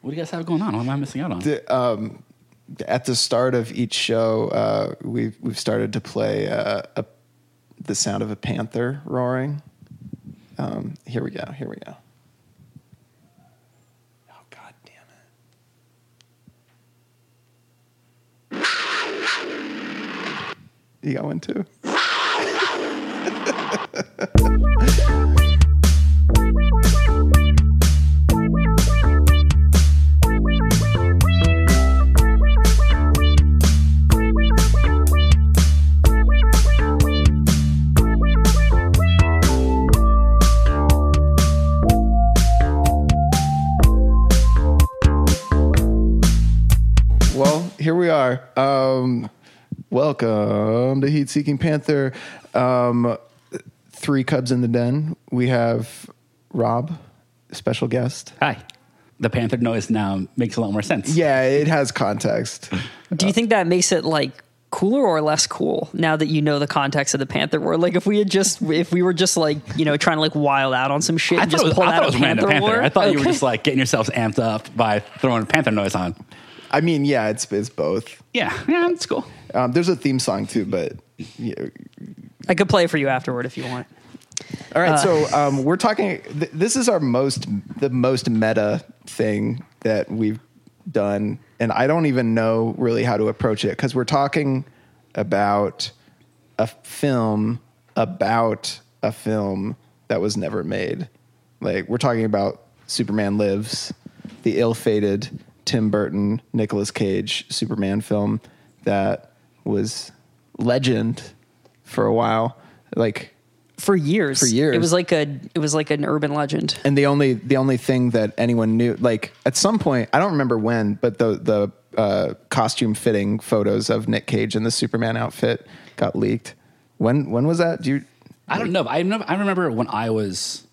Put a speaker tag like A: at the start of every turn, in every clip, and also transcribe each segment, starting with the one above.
A: What do you guys have going on? What am I missing out on?
B: The, um, at the start of each show, uh, we've we've started to play uh, a, the sound of a panther roaring. Um, here we go. Here we go. Oh God damn it! You got one too. Well, here we are. Um, welcome to Heat Seeking Panther. Um, three Cubs in the Den. We have Rob, special guest.
A: Hi. The panther noise now makes a lot more sense.
B: Yeah, it has context.
C: Do you think that makes it like cooler or less cool now that you know the context of the Panther War? Like if we had just if we were just like you know trying to like wild out on some shit,
A: I
C: and
A: thought
C: just
A: it was,
C: pull
A: I
C: out
A: thought it
C: a
A: was random
C: Panther,
A: panther.
C: War.
A: I thought you were
C: Okay.
A: just like getting yourselves amped up by throwing panther noise on.
B: I mean, yeah, it's it's both.
A: Yeah, yeah, it's cool.
B: Um, there's a theme song too, but yeah.
C: I could play it for you afterward if you want.
B: all right. so um, we're talking. Th- this is our most the most meta thing that we've done, and I don't even know really how to approach it because we're talking about a film about a film that was never made. Like we're talking about Superman Lives, the ill-fated Tim Burton Nicolas Cage Superman film that was legend for a while. Like
C: For years,
B: For years.
C: it was like a it was like an urban legend.
B: and the only the only thing that anyone knew like at some point i don't remember when but the the uh, costume fitting photos of nick cage in the superman outfit got leaked when when was that do you
A: I don't know. but I know. I remember when I was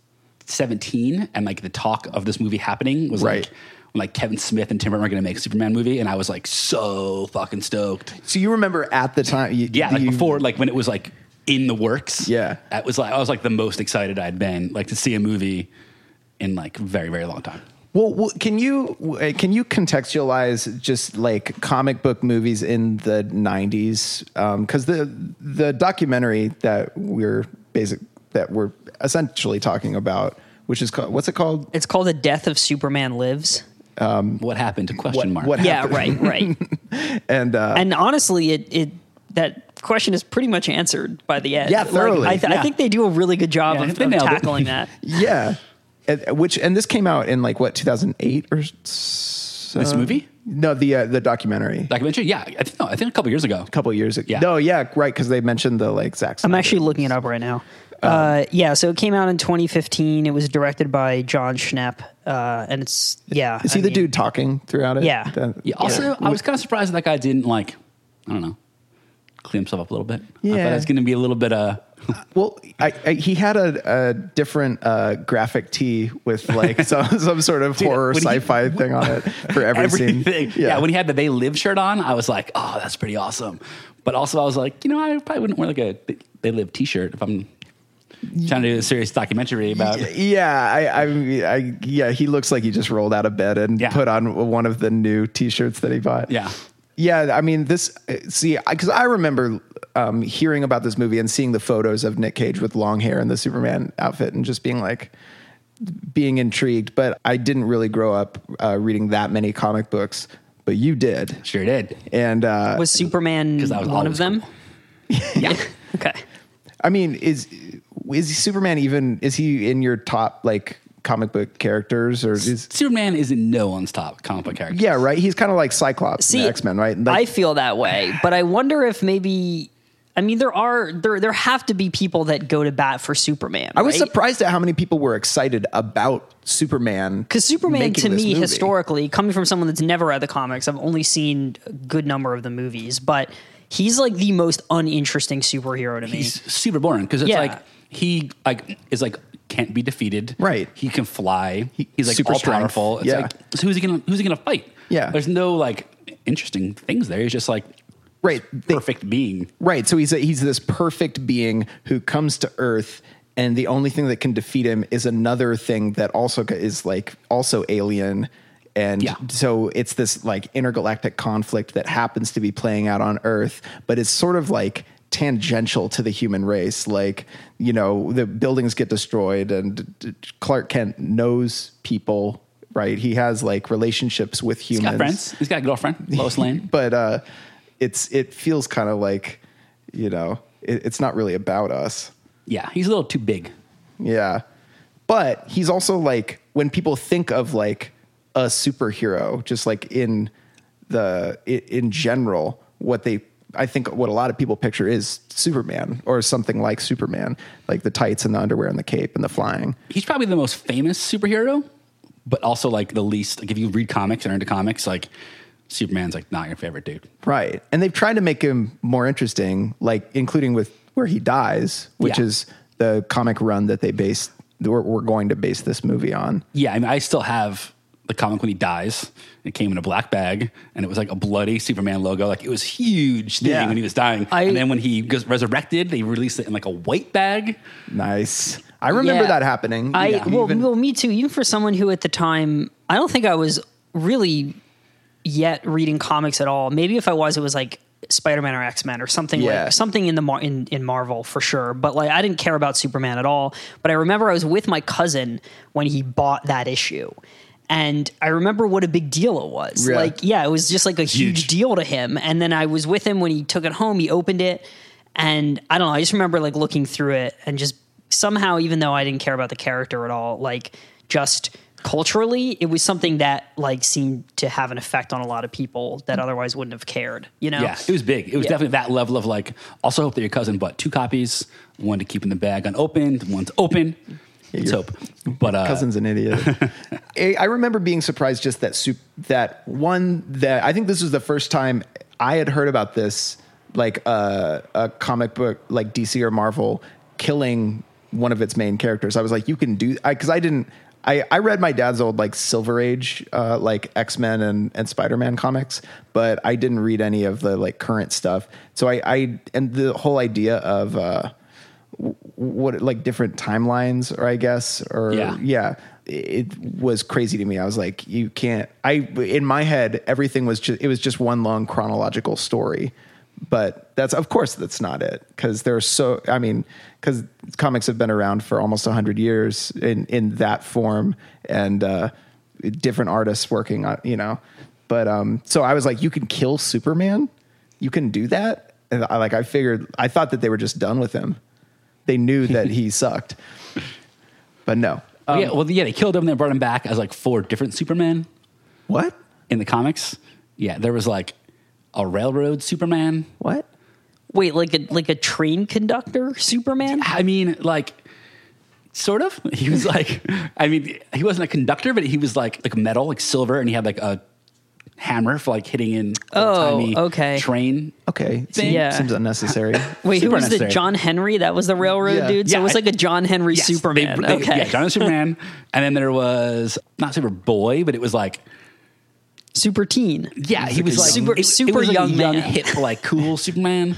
A: 17 and like the talk of this movie happening was
B: Right.
A: like when like Kevin Smith and Tim Burton were going to make a Superman movie, and I was like so fucking stoked.
B: so you remember at the time you,
A: Yeah, like
B: you-
A: before, like when it was like in the works.
B: Yeah.
A: that was like I was like the most excited I'd been like to see a movie in like very very long time.
B: well well, can you uh, can you contextualize just like comic book movies in the 90s because the the documentary that we're basic that we're essentially talking about which is called what's it called
C: It's called the death of Superman lives.
A: What happened? to Question mark.
B: what
C: Yeah,
B: happened?
C: right, right.
B: and uh
C: and honestly, it it that question is pretty much answered by the end.
B: Yeah, thoroughly,
C: Like, I, th-
A: yeah.
C: I think they do a really good job
A: Yeah,
C: of,
A: they
C: of
A: nailed it.
C: tackling that.
B: Yeah. And, uh, which and this came out in like what 2008 or so?
A: This movie?
B: No, the uh, the documentary. A
A: documentary? Yeah, I think no, I think a couple years ago.
B: couple years ago.
A: Yeah.
B: No, yeah, right cuz they mentioned the like Zack
C: I'm
B: Snyder.
C: actually looking it up right now. uh, yeah, so it came out in 2015. It was directed by John Schnepp, uh, and it's yeah.
B: Is he
C: I
B: the
C: mean,
B: dude talking throughout it?
C: Yeah.
B: That-
A: Yeah. Also, I was kind of surprised that guy didn't like. I don't know. Clean himself up a little bit. I
B: Yeah.
A: thought it was going to be a little bit uh
B: Well, I, I, he had a, a different uh, graphic tee with like some, some sort of horror
A: when he-
B: sci-fi thing on it for every
A: everything.
B: scene.
A: Yeah. when he had the "They Live" shirt on, I was like, "Oh, that's pretty awesome." But also, I was like, you know, I probably wouldn't wear like a "They- "They Live" T-shirt if I'm trying to do a serious documentary about.
B: Yeah, I, I, I, yeah, he looks like he just rolled out of bed and
A: Yeah.
B: put on one of the new T-shirts that he bought.
A: Yeah.
B: yeah. I mean, this. See, because I, remember um, hearing about this movie and seeing the photos of Nick Cage with long hair and the Superman outfit, and just being like, being intrigued. But I didn't really grow up uh, reading that many comic books, but you did,
A: Sure did.
B: and uh,
C: was Superman
A: that was
C: one of
A: always
C: them?
A: Yeah.
C: Okay.
B: I mean, is is Superman even? Is he in your top like comic book characters or is?
A: Superman isn't no one's top comic book character.
B: Yeah, right. He's kind of like Cyclops in
C: See,
B: X Men, right?
C: I
B: Like,
C: feel that way, but I wonder if maybe. I mean, there are there there have to be people that go to bat for Superman.
B: I was surprised at how many people were excited about Superman
C: because Superman
B: making
C: to
B: this
C: me
B: movie.
C: historically, coming from someone that's never read the comics, I've only seen a good number of the movies, but he's like the most uninteresting superhero to me.
A: he's super boring because it's
C: Yeah.
A: like he like is like can't be defeated.
B: Right.
A: He can fly. He's like
B: super
A: all
B: strength.
A: powerful. It's
B: Yeah.
A: like so who's he gonna who's he gonna fight?
B: Yeah.
A: There's no like interesting things there. He's just like
B: Right, they-
A: perfect being.
B: right? So he's a, he's this perfect being who comes to Earth, and the only thing that can defeat him is another thing that also ca- is like also alien. And
A: Yeah.
B: so it's this like intergalactic conflict that happens to be playing out on Earth, but it's sort of like tangential to the human race. Like, you know, the buildings get destroyed, and d- d- Clark Kent knows people, right? He has like relationships with
A: He's
B: humans.
A: got friends. He's got a girlfriend, Lois Lane.
B: But uh, it's it feels kind of like, you know, it, it's not really about us.
A: Yeah, he's a little too big.
B: Yeah. But he's also like when people think of like a superhero, just like in the i- in general, what they I think what a lot of people picture is Superman or something like Superman, like the tights and the underwear and the cape and the flying.
A: He's probably the most famous superhero, but also like the least. Like if you read comics and are into comics, like Superman's like not your favorite dude.
B: Right. And they've tried to make him more interesting, like including with where he dies, which
A: Yeah.
B: is the comic run that they based we're, we're going to base this movie on.
A: Yeah, I mean, I still have the comic when he dies. It came in a black bag, and it was like a bloody Superman logo. Like it was huge thing
B: Yeah.
A: when he was dying,
C: I-
A: and then when he goes resurrected, they released it in like a white bag.
B: Nice. I remember
C: Yeah.
B: that happening.
C: I
B: Yeah.
C: well,
B: Even-
C: well, me too. Even for someone who at the time, I don't think I was really yet reading comics at all. Maybe if I was, it was like Spider Man or X Men or something
B: Yeah.
C: like something in the Mar- in in Marvel for sure. But like I didn't care about Superman at all. But I remember I was with my cousin when he bought that issue. And I remember what a big deal it was.
B: Yeah.
C: Like, yeah, it was just like a huge.
A: Huge.
C: deal to him. And then I was with him when he took it home. He opened it, and I don't know. I just remember like looking through it and just somehow, even though I didn't care about the character at all, like just culturally, it was something that like seemed to have an effect on a lot of people that otherwise wouldn't have cared. You know?
A: Yeah, it was big. It was
C: Yeah.
A: definitely that level of like. Also, hope that your cousin bought two copies, one to keep in the bag unopened, one's open. Let's
B: your
A: hope. But uh,
B: cousin's an idiot. I I remember being surprised just that soup that one that I think this was the first time I had heard about this like uh, a comic book like DC or Marvel killing one of its main characters. I was like, you can do because I, didn't. I, I read my dad's old like Silver Age, uh, like X Men and, and Spider Man comics, but I didn't read any of the like current stuff. So I, I and the whole idea of uh, what like different timelines or i guess or
A: Yeah.
B: yeah. it was crazy to me i was like you can't i in my head everything was just it was just one long chronological story but that's of course that's not it because there are so i mean because comics have been around for almost 100 years in in that form and uh different artists working on you know but um so i was like you can kill superman you can do that and i like i figured i thought that they were just done with him they knew that he sucked. But no.
A: oh,
B: Um,
A: yeah, well, yeah, they killed him. They brought him back as like four different Supermen
B: What?
A: in the comics. Yeah, there was like a railroad Superman.
B: What?
C: Wait, like a like a train conductor, Superman?
A: I mean, like, sort of. He was like, I mean, he wasn't a conductor, but he was like like metal, like silver, and he had like a hammer for like hitting in
C: Oh,
A: tiny
C: okay.
A: train.
B: Okay.
A: Thing.
C: Yeah.
B: Seems unnecessary.
C: Wait, who
A: Super
C: was the
A: necessary.
C: John Henry? That was the railroad
B: Yeah.
C: dude. So
A: Yeah,
C: it was
A: I-
C: like a John Henry
A: Yes,
C: Superman.
A: they- they-
C: okay,
A: Yeah, Jonathan Superman. and then there was not Superboy, but it was like
C: super teen.
A: yeah, he
B: like
A: was
B: a
A: like
C: super-
A: it,
C: super
A: it was like a
C: young
A: young
C: man.
A: hip, like cool Superman.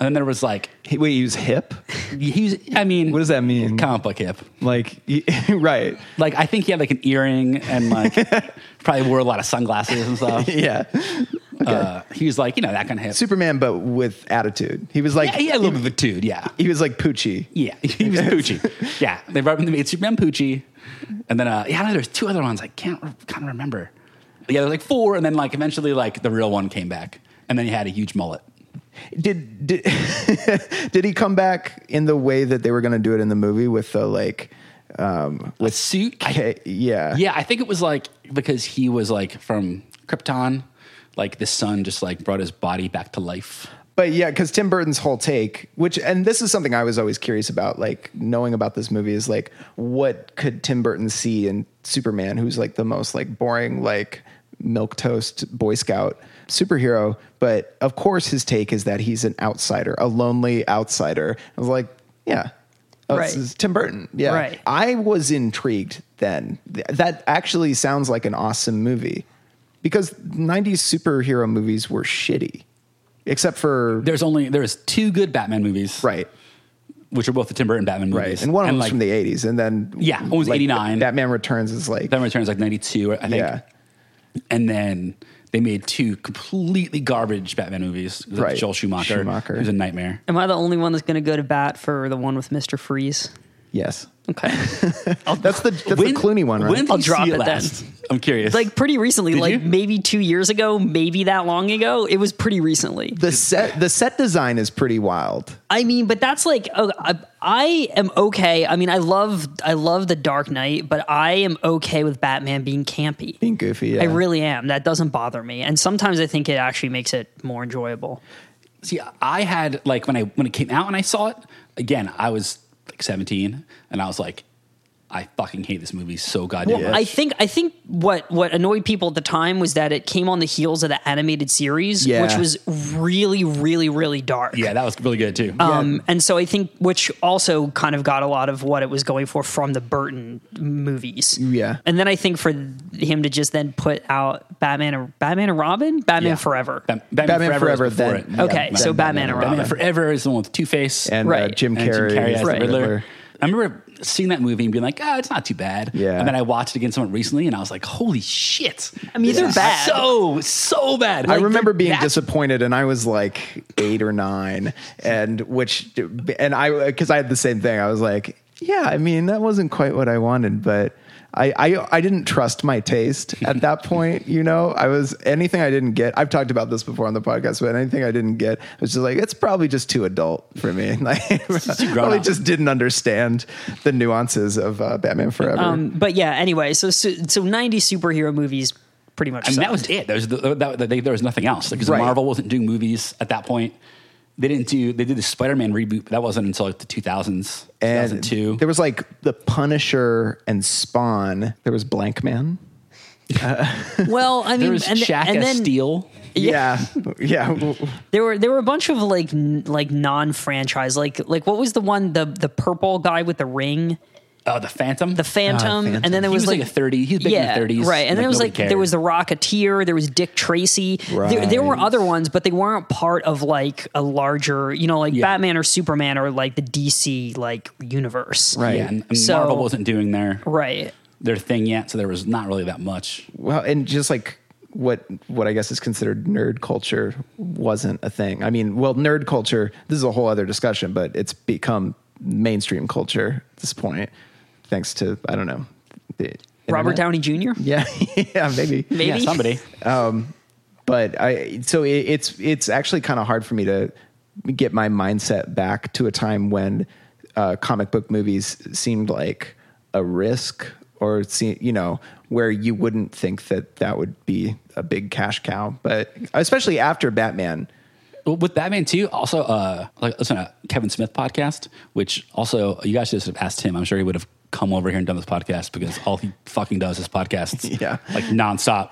A: And then there was like
B: He- Wait, he was hip?
A: he's. I mean,
B: What does that mean?
A: Comic book hip.
B: Like, he- right.
A: Like I think he had like an earring and like probably wore a lot of sunglasses and stuff.
B: Yeah. Okay.
A: Uh, he was like you know that kind of hip.
B: Superman, but with attitude. He was like,
A: Yeah, he had a little bit of a dude. Yeah,
B: he was like Poochie.
A: yeah, he was Poochie. Yeah, they brought him. They made Superman Poochie, and then uh, yeah, I don't know, there's two other ones I can't re- kind of remember. But yeah, there's like four, and then like eventually like the real one came back, and then he had a huge mullet.
B: Did did did he come back in the way that they were going to do it in the movie with the like, um,
A: With suit, I-
B: K- yeah,
A: yeah, I think it was like because he was like from Krypton, like the sun just like brought his body back to life.
B: But yeah, because Tim Burton's whole take, which and this is something I was always curious about, like knowing about this movie is like, what could Tim Burton see in Superman, who's like the most like boring, like milk toast Boy Scout superhero? But of course, his take is that he's an outsider, a lonely outsider. I was like, yeah. Oh,
C: Right.
B: this is Tim Burton. Yeah.
C: Right.
B: I was intrigued then. Th- That actually sounds like an awesome movie because 90s superhero movies were shitty, except for.
A: There's only there's two good Batman movies,
B: Right.
A: Which are both the Tim Burton Batman movies,
B: Right. And one of them
A: like,
B: from the 80s. And then.
A: Yeah, one was
B: like,
A: 89.
B: Batman Returns is like.
A: Batman Returns like '92, I think.
B: yeah.
A: and then they made two completely garbage Batman movies. with
B: Right.
A: Joel Schumacher,
B: Schumacher.
A: who's a nightmare.
C: Am I the only one that's going to go to bat for the one with Mister Freeze?
B: Yes.
C: Okay,
B: That's the that's
A: Oh, When-
B: the Clooney one, right?
A: When did
C: I'll
A: you
C: drop
A: see
C: it
A: it
C: then.
A: last? I'm curious.
C: like pretty recently,
A: Did
C: like
A: you?
C: maybe two years ago, maybe that long ago. It was pretty recently.
B: the set the set design is pretty wild.
C: I mean, but that's like oh, I, I am okay. I mean, I love I love the Dark Knight, but I am okay with Batman being campy.
B: Being goofy. Yeah.
C: I really am. That doesn't bother me, and sometimes I think it actually makes it more enjoyable.
A: see i had like when i when it came out and i saw it again i was like 17 and i was like i fucking hate this movie so goddamn
C: Well,
A: much.
C: I think I think what what annoyed people at the time was that it came on the heels of the animated series,
B: Yeah.
C: which was really, really, really dark.
A: yeah that was really good too
C: Um, and so I think, which also kind of got a lot of what it was going for from the Burton movies.
B: Yeah.
C: And then I think for him to just then put out Batman and Batman and Robin, Batman
A: Yeah.
C: Forever.
A: Bat- batman,
B: Batman
A: forever,
B: Forever,
A: is before
B: then-
A: it.
B: yeah,
C: okay,
B: Batman-
C: so Batman,
B: Batman
C: and
B: and
C: Robin.
A: batman forever is the one with two-face
B: and uh,
C: Right.
B: Jim
A: and Jim
B: Carrey,
A: Carrey as the
C: Right.
A: Riddler.
B: Riddler.
A: I remember seeing that movie and being like, "Ah, it's not too bad."
B: Yeah.
A: And then I watched it again somewhat recently, and I was like, "Holy shit!" I
C: mean, they're bad.
A: so so bad.
B: I remember being
A: disappointed.
B: disappointed, and I was like eight or nine, and which, and I, because I had the same thing. I was like, yeah, I mean, that wasn't quite what I wanted, but I, I, I didn't trust my taste at that point. You know, I was anything I didn't get. I've talked about this before on the podcast, but anything I didn't get, I was just like, it's probably just too adult for me. Like, probably
A: up.
B: just didn't understand the nuances of uh, Batman Forever.
C: Um, but yeah, anyway, so so, so 90 superhero movies pretty much.
A: I mean,
C: sucked.
A: that was it. There was, the, that, that- they, there was nothing else because
B: Right.
A: Marvel wasn't doing movies at that point. They didn't do. They did the Spider-Man reboot, but that wasn't until like the 2000s,
B: and
A: 2002.
B: there was like the Punisher and Spawn. There was Blank Man.
C: well, I mean,
A: There was
C: and,
A: Shaq
C: and
A: as
C: then
A: Steel.
B: Yeah, yeah.
C: there were there were a bunch of like n- like non-franchise, like like what was the one the the purple guy with the ring.
A: Oh, the Phantom.
C: the Phantom, and then
A: Uh,
C: there
A: He
C: was,
A: was like a 30 he was big in the 30s,
C: right? And
A: like
C: then it was
A: nobody
C: like there was the
A: cared.
C: Rocketeer, there was Dick Tracy. There, there were
B: Right.
C: other ones, but they weren't part of like a larger, you know, like Batman or Superman or like the DC like universe,
B: Right.
A: Yeah, and, and
C: So-
A: Marvel wasn't doing their
C: Right. Right.
A: their thing yet, so there was not really that much.
B: Well, and just like what what I guess is considered nerd culture wasn't a thing. I mean, well, nerd culture. This is a whole other discussion, but it's become mainstream culture at this point, thanks to I don't know, the
C: Robert
B: internet.
C: Downey Jr.
B: Yeah, yeah, maybe.
C: Maybe
A: Yeah, somebody.
B: But I so it, it's it's actually kind of hard for me to get my mindset back to a time when uh, comic book movies seemed like a risk or se- you know where you wouldn't think that that would be a big cash cow, but especially after Batman.
A: Well, with Batman too, also uh, like listen to Kevin Smith podcast, which also you guys should have asked him. I'm sure he would have come over here and done this podcast because all he fucking does is podcasts,
B: Yeah.
A: like nonstop.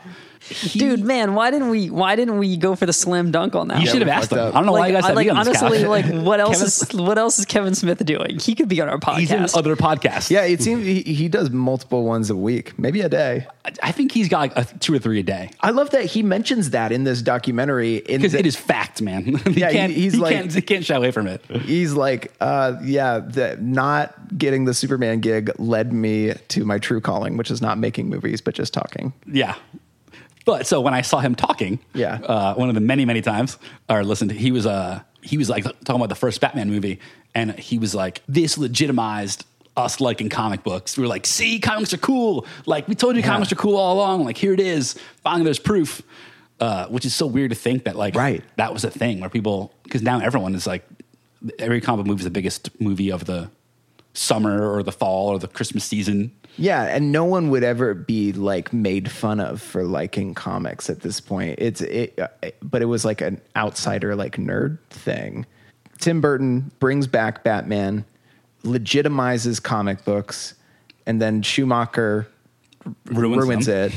C: Dude, man, why didn't we? Why didn't we go for the slam dunk on that?
A: You
C: one?
A: should have
B: we
A: asked
B: fucked
A: him. I
B: up.
A: don't know why
C: Like,
A: you guys
C: I-
A: had
C: like
A: me on
C: honestly,
A: this couch.
C: like what else
A: Kevin-
C: is what else is Kevin Smith doing? He could be on our podcast.
A: he's in other podcasts.
B: Yeah, it seems he, he does multiple ones a week, maybe a day.
A: I- I think he's got like a, two or three a day
B: I love that he mentions that in this documentary. In
A: because
B: the-
A: it is fact, man. he
B: Yeah, he-
A: can't,
B: he's
A: he
B: like-
A: can't, he can't shy away from it.
B: he's like, uh, yeah, the, not getting the Superman gig led me to my true calling, which is not making movies, but just talking.
A: Yeah. But so when I saw him talking,
B: Yeah.
A: uh, one of the many many times, or listened, to, he was uh, he was like talking about the first Batman movie, and he was like, "This legitimized us liking comic books. We were like, see, comics are cool. Like we told you, comics are cool all along. Like here it is. Finally, there's proof." Uh, which is so weird to think that like
B: Right.
A: that was a thing where people because now everyone is like every comic book movie is the biggest movie of the summer or the fall or the Christmas season.
B: Yeah, and no one would ever be like made fun of for liking comics at this point. It's it, uh, but it was like an outsider like nerd thing. Tim Burton brings back Batman, legitimizes comic books, and then Schumacher
A: Ruins
B: ruins,
A: them.
B: it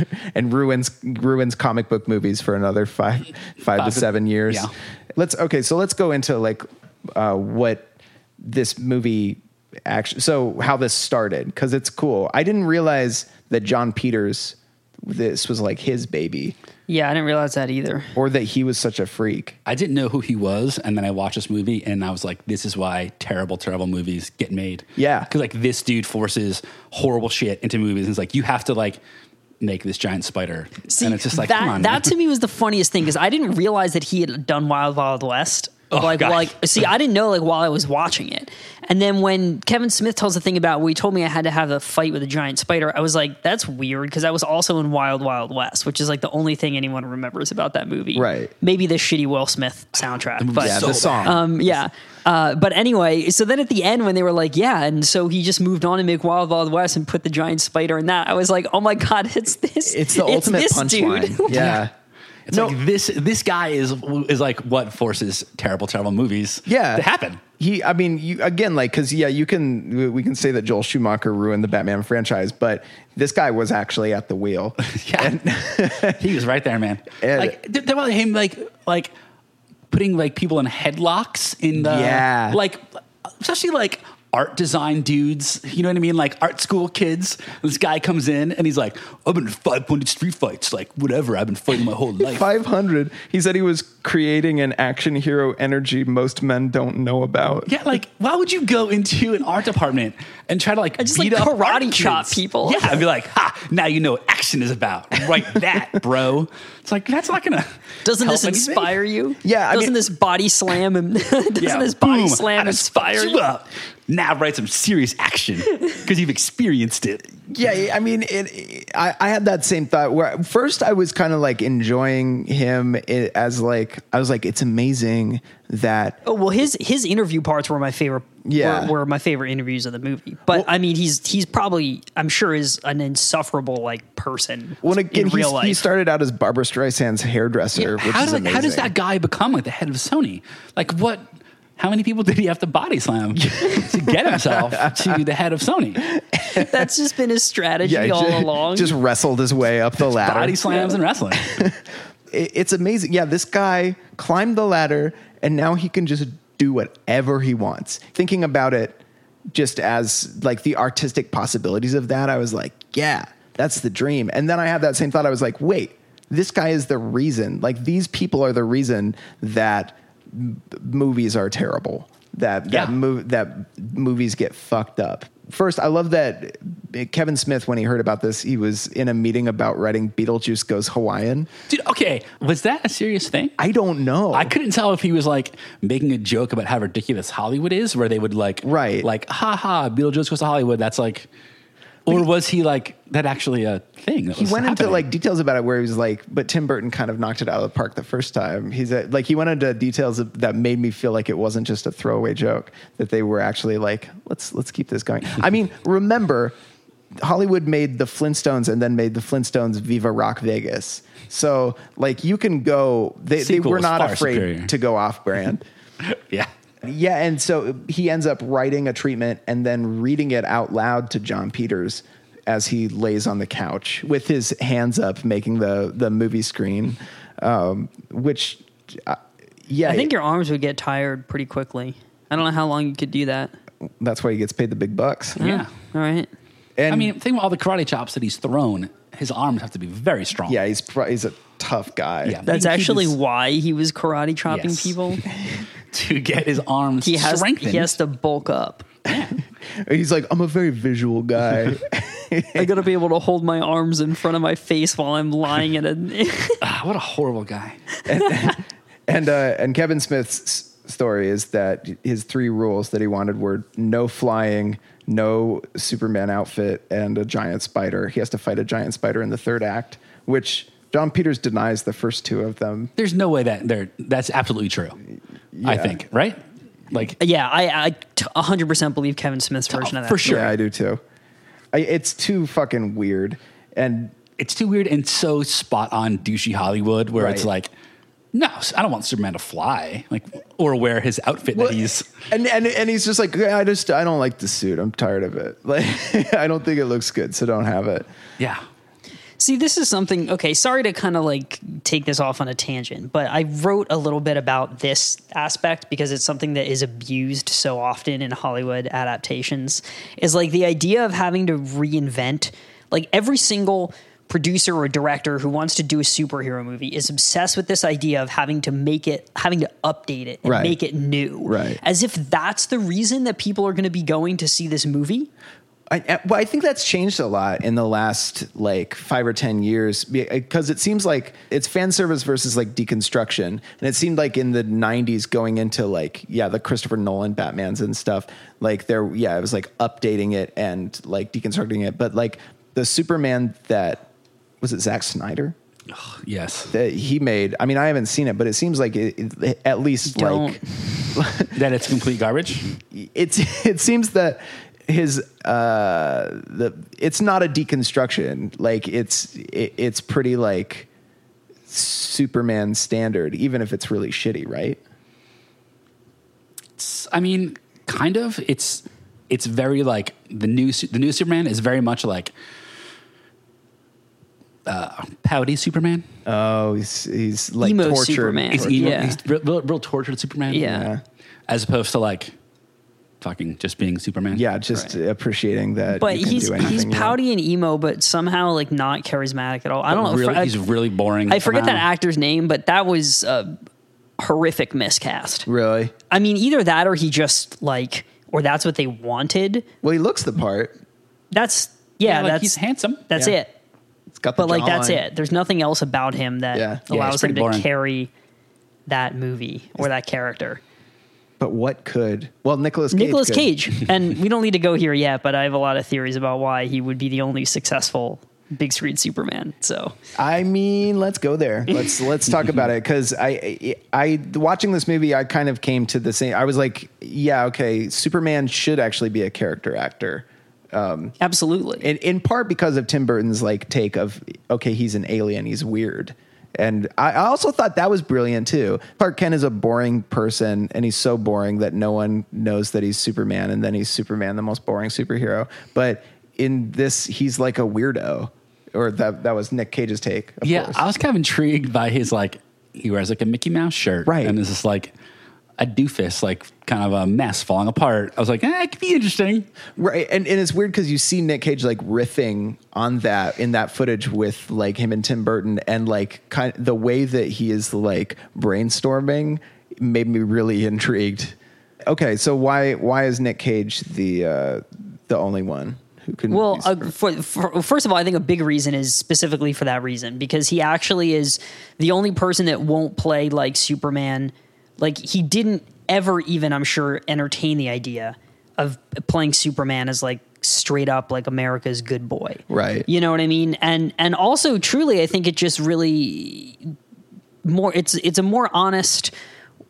B: and ruins ruins comic book movies for another five five
A: Five
B: to
A: to-
B: seven years.
A: yeah.
B: Let's okay, so let's go into like uh, what this movie actually so how this started because it's cool. I didn't realize that John Peters this was like his baby
C: yeah, I didn't realize that either.
B: or that he was such a freak.
A: I didn't know who he was, and then I watched this movie, and I was like, "This is why terrible, terrible movies get made."
B: Yeah.
A: because like this dude forces horrible shit into movies, and it's like you have to like make this giant spider.
C: See,
A: and it's just like,
C: that,
A: come on.
C: that
A: man.
C: to me was the funniest thing because I didn't realize that he had done Wild Wild West.
A: Oh,
C: like,
A: God.
C: like, see, I didn't know like while I was watching it, and then when Kevin Smith tells the thing about well, he told me I had to have a fight with a giant spider, I was like, that's weird because I was also in Wild Wild West, which is like the only thing anyone remembers about that movie.
B: Right.
C: Maybe the shitty Will Smith soundtrack, but
B: yeah,
A: so
B: the song.
C: um, yeah. Uh, but anyway, so then at the end when they were like, yeah, and so he just moved on to make Wild Wild West and put the giant spider in that. I was like, oh my god, it's this.
B: it's the ultimate
C: this dude.
B: punchline. Yeah.
A: It's like this this guy is is like what forces terrible, terrible movies
B: yeah
A: to happen.
B: he i mean you again like because yeah you can we- we can say that joel schumacher ruined the batman franchise but this guy was actually at the wheel
A: Yeah, he was right there, man.
B: And-
A: like th- think about him, like like putting like people in headlocks in the
B: Yeah.
A: like especially like art design dudes. You know what I mean? Like art school kids. This guy comes in and he's like, "I've been in five pointed street fights, like whatever. I've been fighting my whole life."
B: 500 he said he was creating an action hero energy most men don't know about
A: Yeah, like why would you go into an art department and try to like
C: just,
A: beat
C: like,
A: up
C: karate
A: art
C: chop
A: kids?
C: people.
A: Yeah, I'd be like, ha! Now you know what action is about. Write that, bro. It's like that's not gonna.
C: Doesn't
A: help
C: this
A: anything.
C: inspire you?
B: Yeah, I
C: doesn't
B: mean-
C: this body slam and doesn't
A: Yeah,
C: this body
A: boom, I
C: slam
A: just fucked
C: inspire
A: you up. Now write some serious action because you've experienced it.
B: yeah i mean it, I, I had that same thought where first i was kind of like enjoying him i- as like i was like it's amazing that
C: Oh well, his his interview parts were my favorite.
B: Yeah.
C: were, were my favorite interviews of the movie. But I mean, he's he's probably I'm sure is an insufferable like person
B: when
C: in
B: again
C: real
B: he,
C: life.
B: he started out as barbara streisand's hairdresser which
A: how,
B: is
A: does- how does
B: amazing.
A: that guy become like the head of Sony? Like what? How many people did he have to body slam to get himself to the head of Sony?
C: That's just been his strategy
B: he
C: all
B: ju-
C: along.
B: just wrestled his way up the ladder
A: Body slams and wrestling.
B: it, it's amazing. Yeah, this guy climbed the ladder and now he can just do whatever he wants. Thinking about it just as like the artistic possibilities of that, I was like, yeah, that's the dream. And then I had that same thought. I was like, wait, this guy is the reason. Like these people are the reason that m- movies are terrible. That that
A: Yeah.
B: mov- that movies get fucked up. First, I love that Kevin Smith when he heard about this, he was in a meeting about writing Beetlejuice Goes Hawaiian.
A: Dude, okay, was that a serious thing?
B: I don't know.
A: I couldn't tell if he was like making a joke about how ridiculous Hollywood is, where they would like,
B: Right.
A: like, ha ha, Beetlejuice goes to Hollywood. That's like, or was he like that actually a thing? That
B: he
A: was
B: went into
A: happening?
B: like details about it where he was like, but Tim Burton kind of knocked it out of the park the first time. He's uh like, he went into details of- that made me feel like it wasn't just a throwaway joke. That they were actually like, let's let's keep this going. I mean, remember, Hollywood made the Flintstones and then made the Flintstones Viva Rock Vegas. So like, you can go. They, they
A: Sequel
B: were
A: was
B: not
A: far
B: afraid
A: superior.
B: to go off brand.
A: yeah,
B: Yeah, and so he ends up writing a treatment and then reading it out loud to John Peters as he lays on the couch with his hands up, making the the movie screen. Um, which, uh, yeah,
C: I think your arms would get tired pretty quickly. I don't know how long you could do that.
B: that's why he gets paid the big bucks.
A: yeah.
C: All right.
B: And
A: I mean, think about all the karate chops that he's thrown. His arms have to be very strong.
B: yeah, he's pro- he's a tough guy.
A: Yeah.
C: That's
A: He- he
C: actually
A: just-
C: why he was karate chopping
A: Yes.
C: people.
A: to get his arms
C: He has
A: strengthened.
C: he has to bulk up.
B: he's like I'm a very visual guy.
C: I gotta be able to hold my arms in front of my face while I'm lying in a.
A: Ah, what a horrible guy.
B: And uh, and Kevin Smith's s- story is that his three rules that he wanted were no flying, no Superman outfit, and a giant spider. He has to fight a giant spider in the third act, which John Peters denies the first two of them.
A: There's no way that there. That's absolutely true. I
B: Yeah.
A: think right. Like
C: yeah, I, I t- 100% believe Kevin Smith's version of that.
A: for sure.
B: Yeah, I do too. I, it's too fucking weird. And
A: it's too weird and so spot on douchey Hollywood where it's
B: Right.
A: like, no, I don't want Superman to fly, like or wear his outfit that he's.
B: and and and he's just like I just I don't like the suit. I'm tired of it. Like I don't think it looks good, so don't have it.
A: Yeah,
C: See, this is something. Okay, sorry to kind of like take this off on a tangent, but I wrote a little bit about this aspect because it's something that is abused so often in Hollywood adaptations. Is like the idea of having to reinvent, like every single producer or director who wants to do a superhero movie is obsessed with this idea of having to make it, having to update it and
B: Right.
C: make it new.
B: Right.
C: As if that's the reason that people are going to be going to see this movie.
B: I, I- well, I think that's changed a lot in the last like five or ten years because it seems like it's fan service versus like deconstruction, and it seemed like in the '90s going into like yeah the Christopher Nolan Batman's and stuff like there yeah it was like updating it and like deconstructing it, but like the Superman that was it Zack Snyder
A: Yes.
B: that he made. I mean I haven't seen it, but it seems like it, it- at least
C: Don't.
B: like
A: That it's complete garbage.
B: it's it seems that his uh the it's not a deconstruction like it's it, it's pretty like superman standard even if it's really shitty right
A: It's, I mean, kind of. It's it's very like the new Su- the new Superman is very much like uh, pouty Superman.
B: oh he's he's like
C: Emo
B: tortured
C: Superman.
A: He's,
C: Or-
A: emo,
C: yeah.
A: he's real, real, real tortured Superman.
C: Yeah.
B: yeah
A: As opposed to like fucking just being Superman.
B: yeah just appreciating that
C: But
B: you can
C: he's
B: do
C: he's
B: anything you want.
C: pouty and emo, but somehow like not charismatic at all. I don't know.
A: Really,
C: fr- I-
A: he's really boring.
C: I forget that
A: around.
C: actor's name, but that was a horrific miscast.
B: really
C: I mean, either that or he just like, or that's what they wanted.
B: well he looks the part
C: That's yeah,
A: Yeah, like,
C: that's
A: he's handsome.
C: That's
B: Yeah.
C: it.
B: it's got the
C: But like that's
B: jawline.
C: it. There's nothing else about him that
B: Yeah. Yeah, he's
C: allows him
A: pretty
C: to
A: boring.
C: carry that movie or that character.
B: but what could well nicholas cage
C: Nicolas
B: could.
C: Cage, and we don't need to go here yet, but I have a lot of theories about why he would be the only successful big screen Superman. So
B: I mean, let's go there. Let's let's talk about it because I, I I- watching this movie, I kind of came to the same. I was like, yeah, okay, Superman should actually be a character actor,
C: absolutely,
B: in in part because of Tim Burton's like take of okay, he's an alien, he's weird, and I, I also thought that was brilliant too. Clark Kent is a boring person, and he's so boring that no one knows that he's Superman, and then he's Superman, the most boring superhero. But in this, he's like a weirdo. Or that, that was Nick Cage's take. Of
A: Yeah,
B: course.
A: I was kind of intrigued by his like he wears like a Mickey Mouse shirt,
B: Right.
A: And this is like a doofus, like kind of a mess falling apart. I was like, eh, it could be interesting.
B: Right, and, and it's weird because you see Nick Cage like riffing on that in that footage with like him and Tim Burton, and like kind the way that he is like brainstorming made me really intrigued. Okay, so why why is Nick Cage the uh, the only one who can?
C: Well,
B: be
C: uh,
B: super-
C: for, for, first of all, I think a big reason is specifically for that reason because he actually is the only person that won't play like Superman. Like he didn't ever even, I'm sure, entertain the idea of playing Superman as like straight up like America's good boy.
B: Right.
C: You know what I mean? And and also truly I think it just really more it's it's a more honest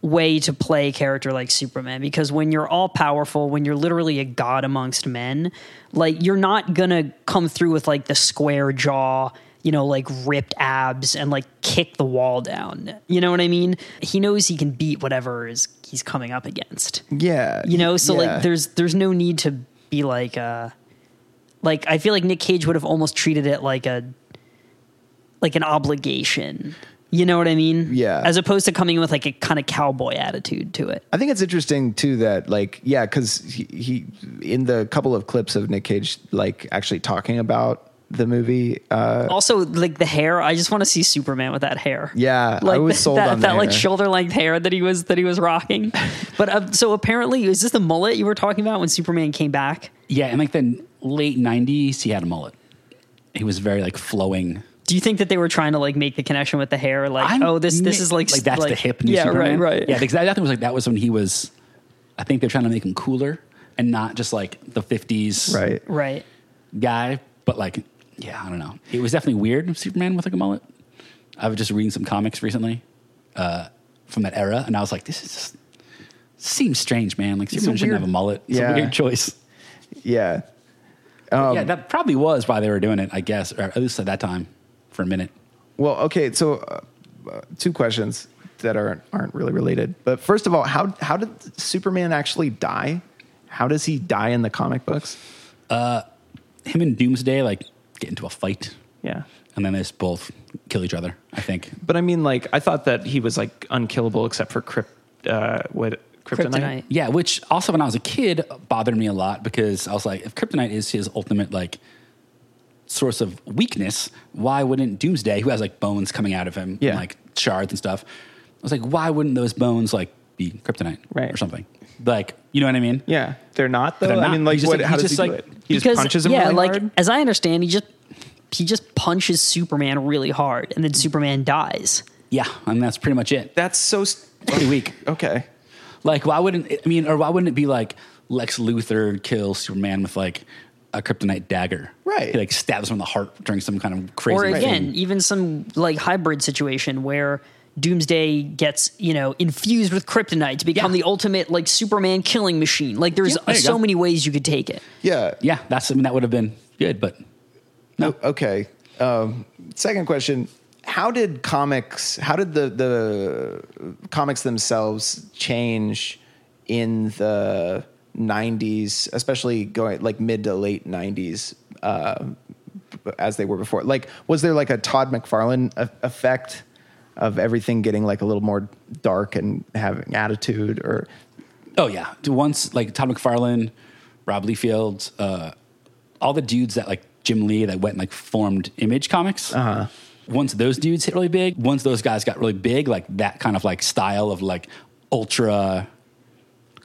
C: way to play a character like Superman because when you're all powerful, when you're literally a god amongst men, like you're not gonna come through with like the square jaw, you know, like ripped abs and like kick the wall down. You know what I mean? He knows he can beat whatever is he's coming up against
B: yeah,
C: you know so
B: yeah.
C: like there's there's no need to be like uh like i feel like nick cage would have almost treated it like a like an obligation you know what i mean
B: Yeah.
C: as opposed to coming with like a kind of cowboy attitude to it
B: I think it's interesting too that like yeah, because he, he in the couple of clips of Nick Cage like actually talking about the movie, uh,
C: also like the hair i just want to see superman with that hair
B: Yeah, I
C: like
B: was sold
C: that,
B: on the
C: that like
B: hair.
C: shoulder length hair that he was that he was rocking but uh, so apparently is this the mullet you were talking about when superman came back
A: Yeah, and like the late '90s, he had a mullet. He was very like flowing.
C: do you think that they were trying to like make the connection with the hair? Like,
A: I'm
C: oh, this this
A: mi-
C: is like
A: that's the hip new
C: yeah,
A: Superman.
C: right, right.
A: Yeah, because I think it was like that was when he was. I think they're trying to make him cooler and not just like the '50s
B: right?
C: Right.
A: guy, but like yeah, I don't know. It was definitely weird Superman with like a mullet. I was just reading some comics recently uh, from that era, and I was like, this is just, seems strange, man. Like Superman shouldn't
B: weird-
A: have a mullet. It's
B: Yeah.
A: a weird choice.
B: Yeah,
D: Um,
A: yeah, that probably was why they were doing it, I guess, or at least at that time for a minute.
B: Well, okay, so uh, uh, two questions that aren't aren't really related. But first of all, how how did Superman actually die? How does he die in the comic books?
A: Him and Doomsday like get into a fight,
D: Yeah.
A: and then they just both kill each other. I think.
D: But I mean, like, I thought that he was like unkillable except for crypt, uh, what, kryptonite.
C: Kryptonite.
A: Yeah, which also when I was a kid bothered me a lot because I was like, if kryptonite is his ultimate like source of weakness, why wouldn't Doomsday, who has like bones coming out of him,
B: Yeah.
A: and, like shards and stuff, I was like, why wouldn't those bones like be kryptonite
D: Right.
A: or something? Like, you know what I mean?
D: Yeah.
B: They're not though.
A: They're
B: I
A: not.
B: mean, like,
A: He's just
B: what,
A: like-
B: how
A: he's
B: does he
A: just
B: do
A: like-
B: it? He just punches him
C: yeah,
B: really
C: like
B: hard.
C: as I understand, he just he just punches Superman really hard, and then Superman dies.
A: Yeah, I mean that's pretty much it.
B: That's so
A: Pretty weak.
B: okay.
A: Like, why wouldn't I mean, or why wouldn't it be like Lex Luthor kill Superman with like a kryptonite dagger?
B: Right.
A: He like stabs him in the heart during some kind of crazy.
C: Or again,
A: thing.
C: even some like hybrid situation where Doomsday gets you know infused with kryptonite to become
A: Yeah.
C: the ultimate like Superman killing machine. Like there's
A: Yeah, there you
C: so
A: go.
C: many ways you could take it.
B: Yeah.
A: yeah, that's I mean that would have been good, but
B: Okay. Um, second question: How did comics? How did the the comics themselves change in the '90s, especially going like mid to late '90s? Uh, as they were before, like was there like a Todd McFarlane e- effect of everything getting like a little more dark and having attitude, or
A: Oh yeah, To once like Todd McFarlane, Rob Liefeld, uh, all the dudes that like Jim Lee that went and like formed Image Comics. Uh-huh. Once those dudes hit really big, once those guys got really big, like that kind of like style of like ultra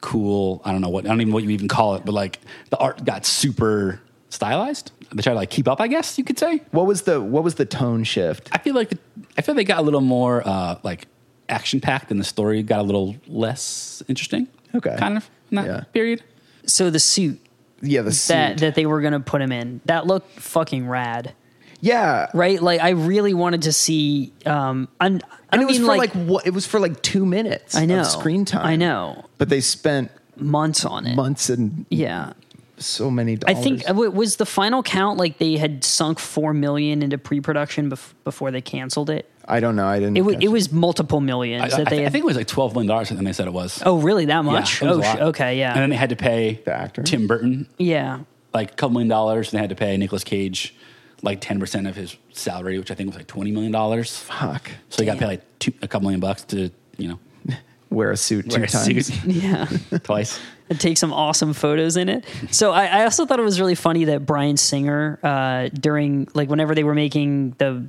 A: cool. I don't know what I don't even what you even call it, but like the art got super stylized. They tried to like keep up, I guess you could say.
B: what was the what was the tone shift?
A: I feel like the, I feel they got a little more uh, like action packed, and the story got a little less interesting.
B: Okay.
A: kind of in that
B: Yeah.
A: period.
C: So the suit
B: Yeah, the suit.
C: that that they were gonna put him in that looked fucking rad.
B: yeah,
C: Right, like I really wanted to see. Um, I'm, I
B: and
C: don't
B: it was
C: mean
B: for
C: like,
B: like, what it was for like two minutes.
C: I know
B: of screen time.
C: I know
B: but they spent
C: months on it.
B: months and
C: Yeah,
B: so many
C: I
B: dollars.
C: think uh, wa- was the final count like they had sunk four million into pre-production bef- before they canceled it.
B: I don't know. I didn't.
C: It, wa-
B: catch
C: it was multiple millions
A: I, I
C: that they
A: thi- I
C: had.
A: think it was like twelve million dollars. And they said it was.
C: oh, really? That
A: Yeah,
C: much?
A: it was
C: oh,
A: a
C: sh-
A: lot.
C: okay, yeah,
A: And then they had to pay
B: The actor.
A: Tim Burton
C: yeah.
A: like a couple million dollars, and they had to pay Nicolas Cage like ten percent of his salary, which I think was like twenty million dollars. So
B: Fuck.
A: they got paid like two, a couple million bucks to you know
B: Wear a suit two
A: wear a
B: times.
A: suit
C: Yeah,
A: twice.
C: and take some awesome photos in it. So I, I also thought it was really funny that Brian Singer, uh, during like whenever they were making the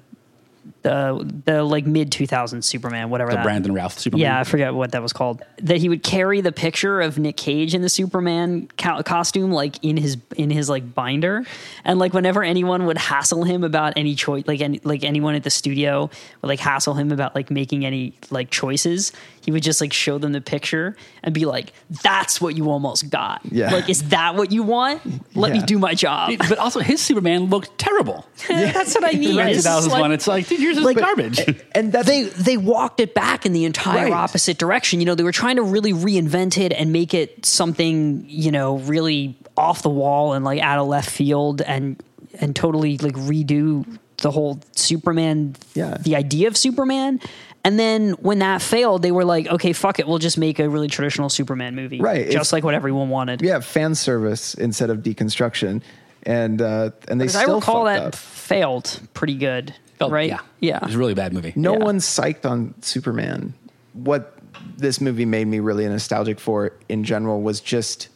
C: the the like mid 2000s Superman, whatever
A: The
C: that
A: Brandon Routh Superman.
C: Yeah, I forget what that was called. That he would carry the picture of Nick Cage in the Superman co- costume, like in his in his like binder, and like whenever anyone would hassle him about any choice, like any like anyone at the studio would like hassle him about like making any like choices, he would just like show them the picture and be like, "That's what you almost got.
B: Yeah.
C: Like, is that what you want? Let me
B: Yeah.
C: do my job."
A: Dude, but also his Superman looked terrible.
C: That's what I
A: in
C: mean. It's
A: two
C: just
A: thousand one,
C: like-
A: it's like dude, yours is
C: like- eh,
A: garbage.
B: And that's
C: they they walked it back in the entire
B: Right.
C: opposite direction. You know, they were trying to really reinvent it and make it something you know really off the wall and like out of left field and and totally like redo the whole Superman,
B: Yeah.
C: the idea of Superman. And then when that failed, they were like, "Okay, fuck it, we'll just make a really traditional Superman movie,
B: Right.
C: Just
B: It's-
C: like what everyone wanted."
B: yeah, fan service instead of deconstruction, and uh, and they
C: 'Cause
B: still
C: I recall
B: fucked
C: that
B: up.
C: failed pretty good,
A: Felt-
C: right?
A: Oh, Yeah. It
C: yeah.
A: was a really bad movie.
B: No
C: Yeah.
B: one's psyched on Superman. What this movie made me really nostalgic for in general was just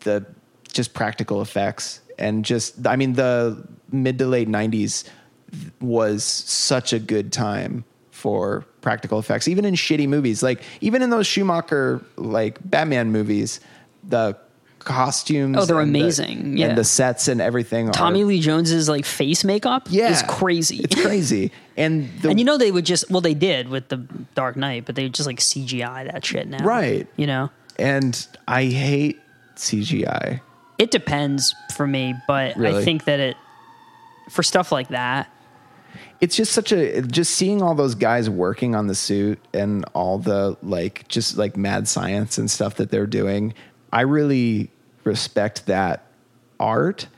B: the just practical effects and just I mean the mid to late nineties was such a good time for practical effects. Even in shitty movies. Like even in those Schumacher like Batman movies, the costumes
C: Oh, they're
B: and the-
C: amazing. Yeah.
B: And the sets and everything
C: Tommy
B: are,
C: Lee Jones's like face makeup
B: yeah,
C: is crazy.
B: It's crazy. And the
C: and you know they would just well they did with the Dark Knight, but they just like CGI that shit now,
B: Right.
C: You know,
B: and I hate CGI.
C: it depends for me, but I
B: Really?
C: think that it for stuff like that.
B: It's just such a just seeing all those guys working on the suit and all the like just like mad science and stuff that they're doing. I really respect that art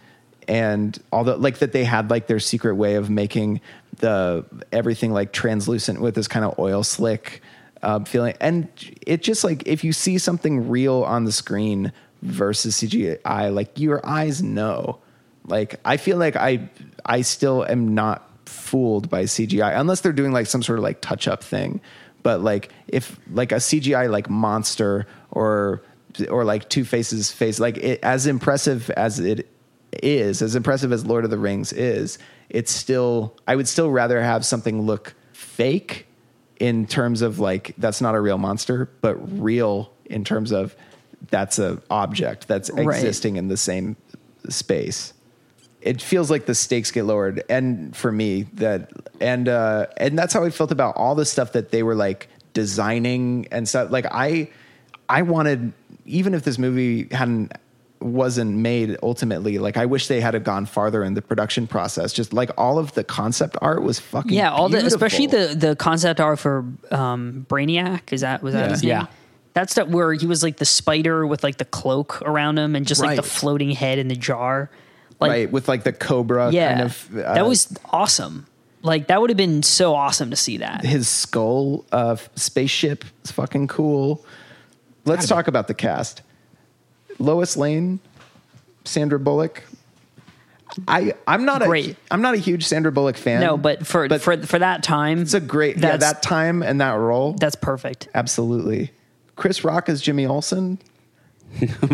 B: and all the like that they had like their secret way of making the everything like translucent with this kind of oil slick um, feeling. And it just like if you see something real on the screen versus CGI, like your eyes know. Like I feel like I I still am not fooled by CGI unless they're doing like some sort of like touch up thing. But like if like a CGI like monster or or like Two Faces face like it, as impressive as it is as impressive as Lord of the Rings is, it's still I would still rather have something look fake in terms of like that's not a real monster, but real in terms of that's a object that's
C: Right.
B: existing in the same space. It feels like the stakes get lowered, and for me, that and uh, and that's how I felt about all the stuff that they were like designing and stuff. Like I, I wanted even if this movie hadn't wasn't made ultimately, like I wish they had have gone farther in the production process. Just like all of the concept art was fucking
C: yeah, all the
B: beautiful.
C: especially the the concept art for um, Brainiac is that was that his name?
A: Yeah.
C: That stuff where he was like the spider with like the cloak around him and just like the
B: Right.
C: floating head in the jar. Like
B: right with like the cobra
C: yeah,
B: kind of uh,
C: that was awesome. Like that would have been so awesome to see that.
B: his skull uh, spaceship is fucking cool. Let's talk about the cast. Lois Lane, Sandra Bullock. I I'm not
C: Great.
B: a I'm not a huge Sandra Bullock fan.
C: No, but for
B: But-
C: for for that time,
B: it's a great yeah
C: that's,
B: that time and that role.
C: that's perfect.
B: absolutely. Chris Rock as Jimmy Olsen.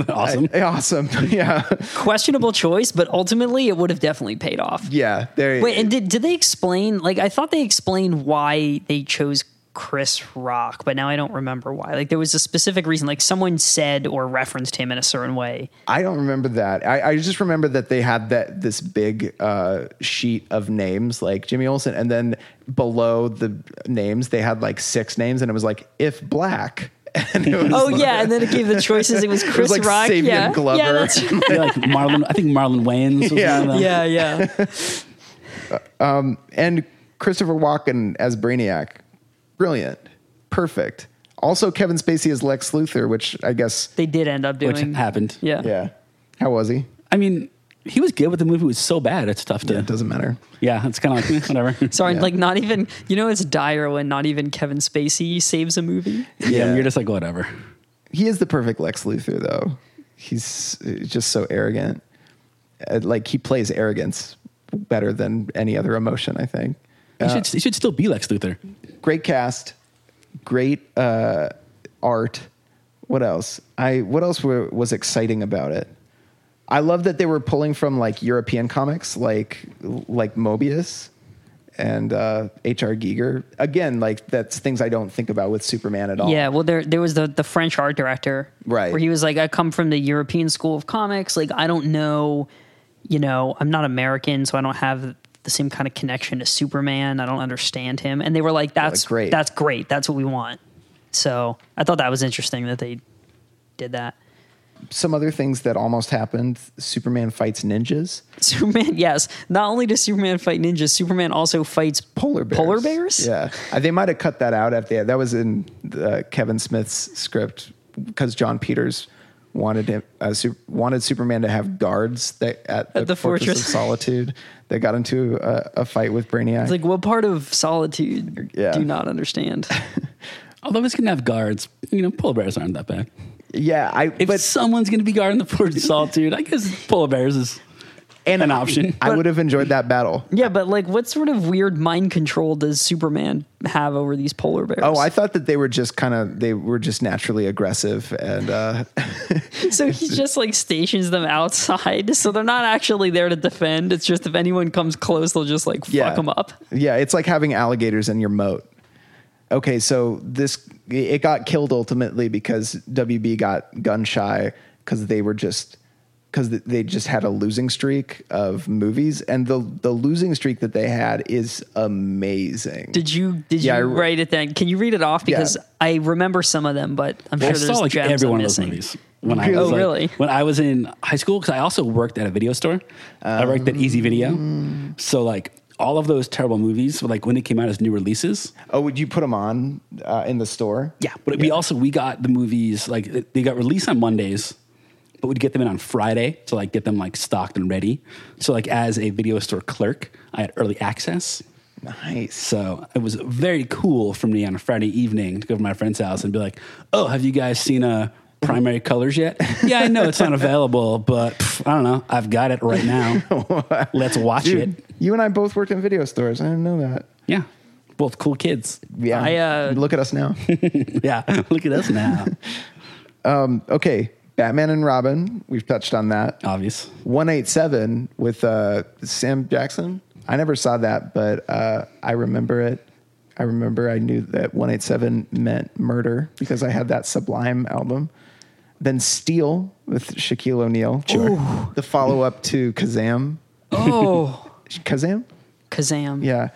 A: awesome.
B: Awesome. yeah.
C: Questionable choice, but ultimately it would have definitely paid off.
B: Yeah. There
C: Wait, and did did they explain? Like, I thought they explained why they chose Chris Rock, but now I don't remember why. Like, there was a specific reason. Like, someone said or referenced him in a certain way.
B: I don't remember that. I, I just remember that they had that this big uh, sheet of names like Jimmy Olsen, and then below the names they had like six names, and it was like if black. And it was
C: Oh yeah, and then it gave the choices. It was Chris
B: like
C: Rock.
B: Sabian
C: yeah,
B: Glover.
C: yeah, that's,
A: Yeah, like Marlon, I think Marlon Wayans. Was
B: Yeah.
A: one of them.
C: yeah, yeah.
B: and Christopher Walken as Brainiac, brilliant, perfect. Also Kevin Spacey as Lex Luthor, which I guess
C: They did end up
A: which
C: doing.
A: happened.
C: yeah.
B: yeah. How was he?
A: I mean, he was good, but the movie was so bad. It's tough to. Yeah,
B: It doesn't matter.
A: it's kind of like eh, whatever.
C: Sorry,
B: Yeah.
C: like not even you know it's dire when not even Kevin Spacey saves a movie.
A: yeah.
B: Yeah.
A: you're just like whatever.
B: he is the perfect Lex Luthor though. He's uh, just so arrogant. Uh, Like he plays arrogance better than any other emotion, I think.
A: He should he should still be Lex Luthor.
B: Great cast, great uh, art. What else? I what else were, was exciting about it? I love that they were pulling from like European comics, like like Mobius and uh, H.R. Giger. Again, like that's things I don't think about with Superman at all.
C: Yeah, well, there there was the the French art director,
B: Oh. Right.
C: Where he was like, I come from the European School of Comics. Like, I don't know, you know, I'm not American, so I don't have the same kind of connection to Superman. I don't understand him. And they were like, that's
B: great.
C: That's great. That's what we want. So I thought that was interesting that they did that.
B: some other things that almost happened. Superman fights ninjas.
C: Superman, yes. Not only does Superman fight ninjas, Superman also fights
B: Polar bears.
C: Polar bears?
B: Yeah, Uh, they might have cut that out after that was in uh, Kevin Smith's script because John Peters wanted him uh, su- wanted Superman to have guards that at,
C: the fortress.
B: of Solitude. They got into a, a fight with Brainiac.
C: It's like, what part of solitude
B: Yeah.
C: do you not understand?
A: Although he's gonna have guards, you know, polar bears aren't that bad.
B: yeah, I
A: If
B: but
A: someone's gonna be guarding the port of solitude, I guess polar bears is an option.
B: I would have enjoyed that battle.
C: Yeah, but like, what sort of weird mind control does Superman have over these polar bears?
B: Oh, I thought that they were just kind of they were just naturally aggressive and uh,
C: so he just like stations them outside, so they're not actually there to defend. It's just if anyone comes close, they'll just like fuck 'em
B: yeah.
C: fuck them up.
B: Yeah, it's like having alligators in your moat. Okay, so this it got killed ultimately because WB got gun shy because they were just because they just had a losing streak of movies, and the the losing streak that they had is amazing.
C: Did you did
B: Yeah, I-
C: you write it then? Can you read it off
B: Yeah.
C: because I remember some of them, but I'm
A: I
C: sure there's
A: saw like
C: gems
A: every
C: I'm
A: one of those
C: missing.
A: movies. When I
B: Really?
A: was
C: Oh,
A: like,
C: really?
A: When I was in high school, because I also worked at a video store. I worked at Easy Video. So like all of those terrible movies, like when they came out as new releases.
B: oh, would you put them on uh, in the store?
A: Yeah, but we also we got the movies like they got released on Mondays, but we'd get them in on Friday to like get them like stocked and ready. So like as a video store clerk, I had early access.
B: Nice.
A: So it was very cool for me on a Friday evening to go to my friend's house and be like, "Oh, have you guys seen uh, Primary Colors yet? yeah, I know it's not available, but pff, I don't know. I've got it right now. Let's watch
B: Dude,
A: it.
B: you and I both worked in video stores. I didn't know that.
A: Yeah, both cool kids.
B: Yeah,
C: I, uh,
B: look at us now.
A: Yeah, look at us now.
B: okay, Batman and Robin. We've touched on that.
A: Obvious.
B: 187 with uh, Sam Jackson. I never saw that, but uh, I remember it. I remember I knew that 187 meant murder because I had that Sublime album. then Steel with Shaquille O'Neal. Sure. The follow up to Kazam.
C: Oh,
B: Kazam?
C: Kazam.
B: Yeah.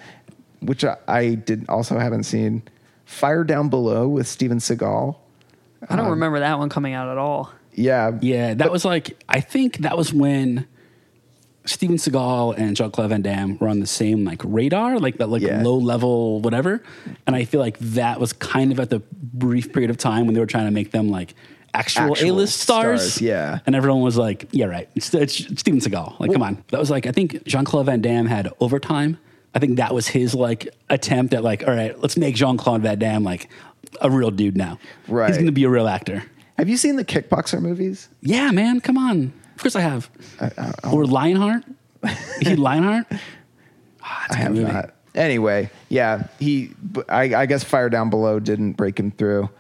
B: Which I, I did also haven't seen. Fire Down Below with Steven Seagal.
C: I
B: um,
C: don't remember that one coming out at all.
B: Yeah.
A: Yeah, that was like I think that was when Steven Seagal and Jean Claude Van Damme were on the same like radar, like that like
B: Yeah.
A: low level whatever. And I feel like that was kind of at the brief period of time when they were trying to make them like actual,
B: Actual
A: A-list stars.
B: stars, yeah.
A: And everyone was like, "Yeah, right. It's, it's Steven Seagal. Like, come on." That was like I think Jean Claude Van Damme had overtime. I think that was his like attempt at like, all right, let's make Jean Claude Van Damme like a real dude now.
B: Right.
A: He's going to be a real actor.
B: Have you seen the kickboxer movies?
A: Yeah, man, come on. Of course I have. or Lionheart. Is he Lionheart? Ah, it's a
B: I
A: good
B: have
A: movie.
B: not. Anyway, yeah, he. b- I, I guess Fire Down Below didn't break him through,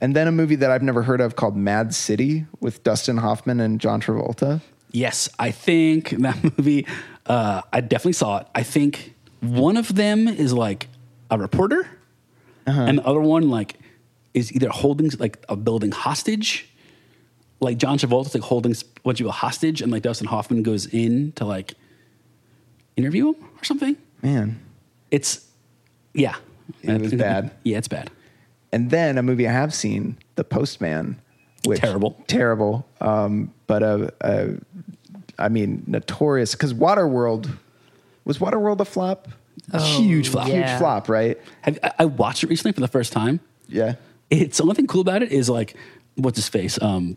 B: and then a movie that I've never heard of called Mad City with Dustin Hoffman and John Travolta.
A: Yes, I think that movie. Uh, I definitely saw it. I think one of them is like a reporter,
B: Uh-huh.
A: and the other one like is either holding like a building hostage. Like John Travolta's like holding what you a hostage, and like Dustin Hoffman goes in to like interview him or something.
B: Man,
A: It's yeah,
B: It was bad.
A: Yeah, it's bad.
B: and then a movie I have seen, The Postman, which
A: Terrible.
B: terrible. Um, but uh, uh, I mean, notorious because Waterworld was Waterworld a flop? Oh,
A: huge flop.
C: yeah.
B: Huge flop, right?
A: Have, I, I watched it recently for the first time.
B: Yeah.
A: It's the only thing cool about it is like, what's his face? Um,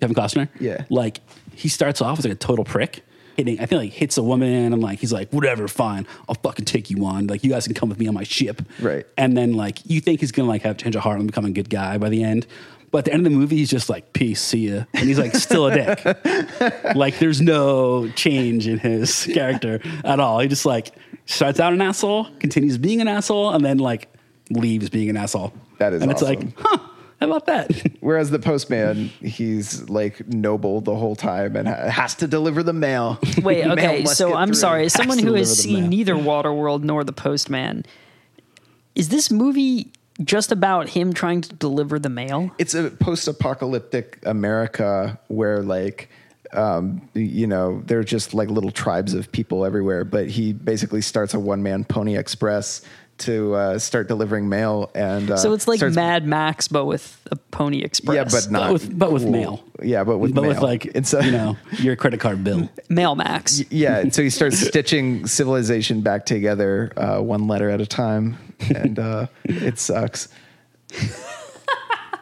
A: Kevin Costner.
B: Yeah.
A: Like he starts off as like a total prick. Hitting, I think like hits a woman. I'm like, he's like, whatever, fine, I'll fucking take you on. Like you guys can come with me on my ship.
B: Right.
A: And then like you think he's gonna like have a change of heart and become a good guy by the end. But at the end of the movie, he's just like, peace, see ya. And he's like still a dick. like there's no change in his character at all. He just like starts out an asshole, continues being an asshole, and then like leaves being an asshole.
B: That is
A: and it's
B: awesome.
A: like, huh, how about that?
B: Whereas the postman, he's like noble the whole time and ha- has to deliver the mail.
C: Wait,
B: Mail
C: okay.
B: must
C: So
B: get
C: I'm
B: through.
C: sorry. As someone who has
A: Absolutely
C: seen
A: the
C: neither Waterworld nor The Postman, is this movie just about him trying to deliver the mail?
B: It's a post-apocalyptic America where like um, you know they're just like little tribes of people everywhere. But he basically starts a one-man pony express to uh, start delivering mail, and uh,
C: So it's like
B: starts-
C: Mad Max, but with a Pony Express.
B: yeah, but not
A: But with, but with
B: cool.
A: mail.
B: Yeah, but with
A: but
B: mail.
A: with like
B: And so-
A: you know your credit card bill.
C: Mail Max.
B: Yeah, and so he starts stitching civilization back together, uh, one letter at a time, and uh, it sucks.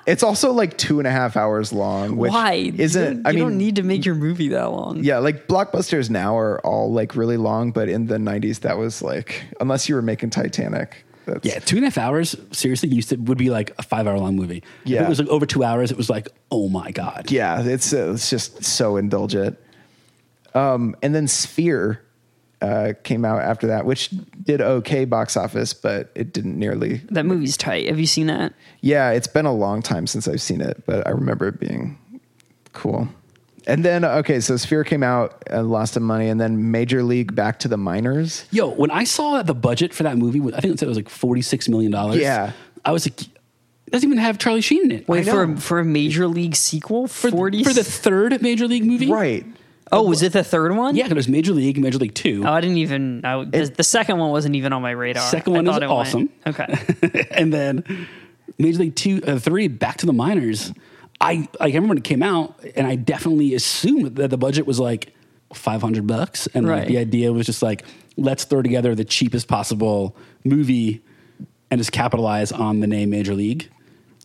B: it's also like two and a half hours long, which
C: Why
B: isn't.
C: You,
B: I
C: you
B: mean,
C: don't need to make your movie that long.
B: yeah, like blockbusters now are all like really long, but in the '90s, that was like unless you were making Titanic. That's,
A: Yeah, two and a half hours. Seriously, used to would be like a five hour long movie. if
B: Yeah.
A: it was like over two hours. It was like oh my god.
B: yeah, it's uh, it's just so indulgent. Um, and then Sphere uh, came out after that, which did okay box office, but it didn't nearly
C: That movie's tight. Have you seen that?
B: Yeah, it's been a long time since I've seen it, but I remember it being cool. And then uh, okay, so Sphere came out and lost some money, and then Major League Back to the Minors.
A: Yo, when I saw that the budget for that movie, was- I think it said it was like forty six million dollars.
B: Yeah.
A: I was like, it doesn't even have Charlie Sheen in it.
C: Wait for a,
B: know.
C: for a major league sequel.
A: for,
C: Forty
A: for the third major league movie,
B: Right.
C: oh, was it the third one?
A: Yeah, 'cause there's Major League, Major League Two.
C: Oh, I didn't even. I, the, the second one wasn't even on my radar.
A: Second
C: I
A: one is
C: thought it went-
A: awesome.
C: Okay.
A: and then Major League Two, uh, Three, back to the minors. I like I remember when it came out, and I definitely assumed that the budget was like five hundred bucks, and
C: Right.
A: like the idea was just like let's throw together the cheapest possible movie and just capitalize on the name Major League.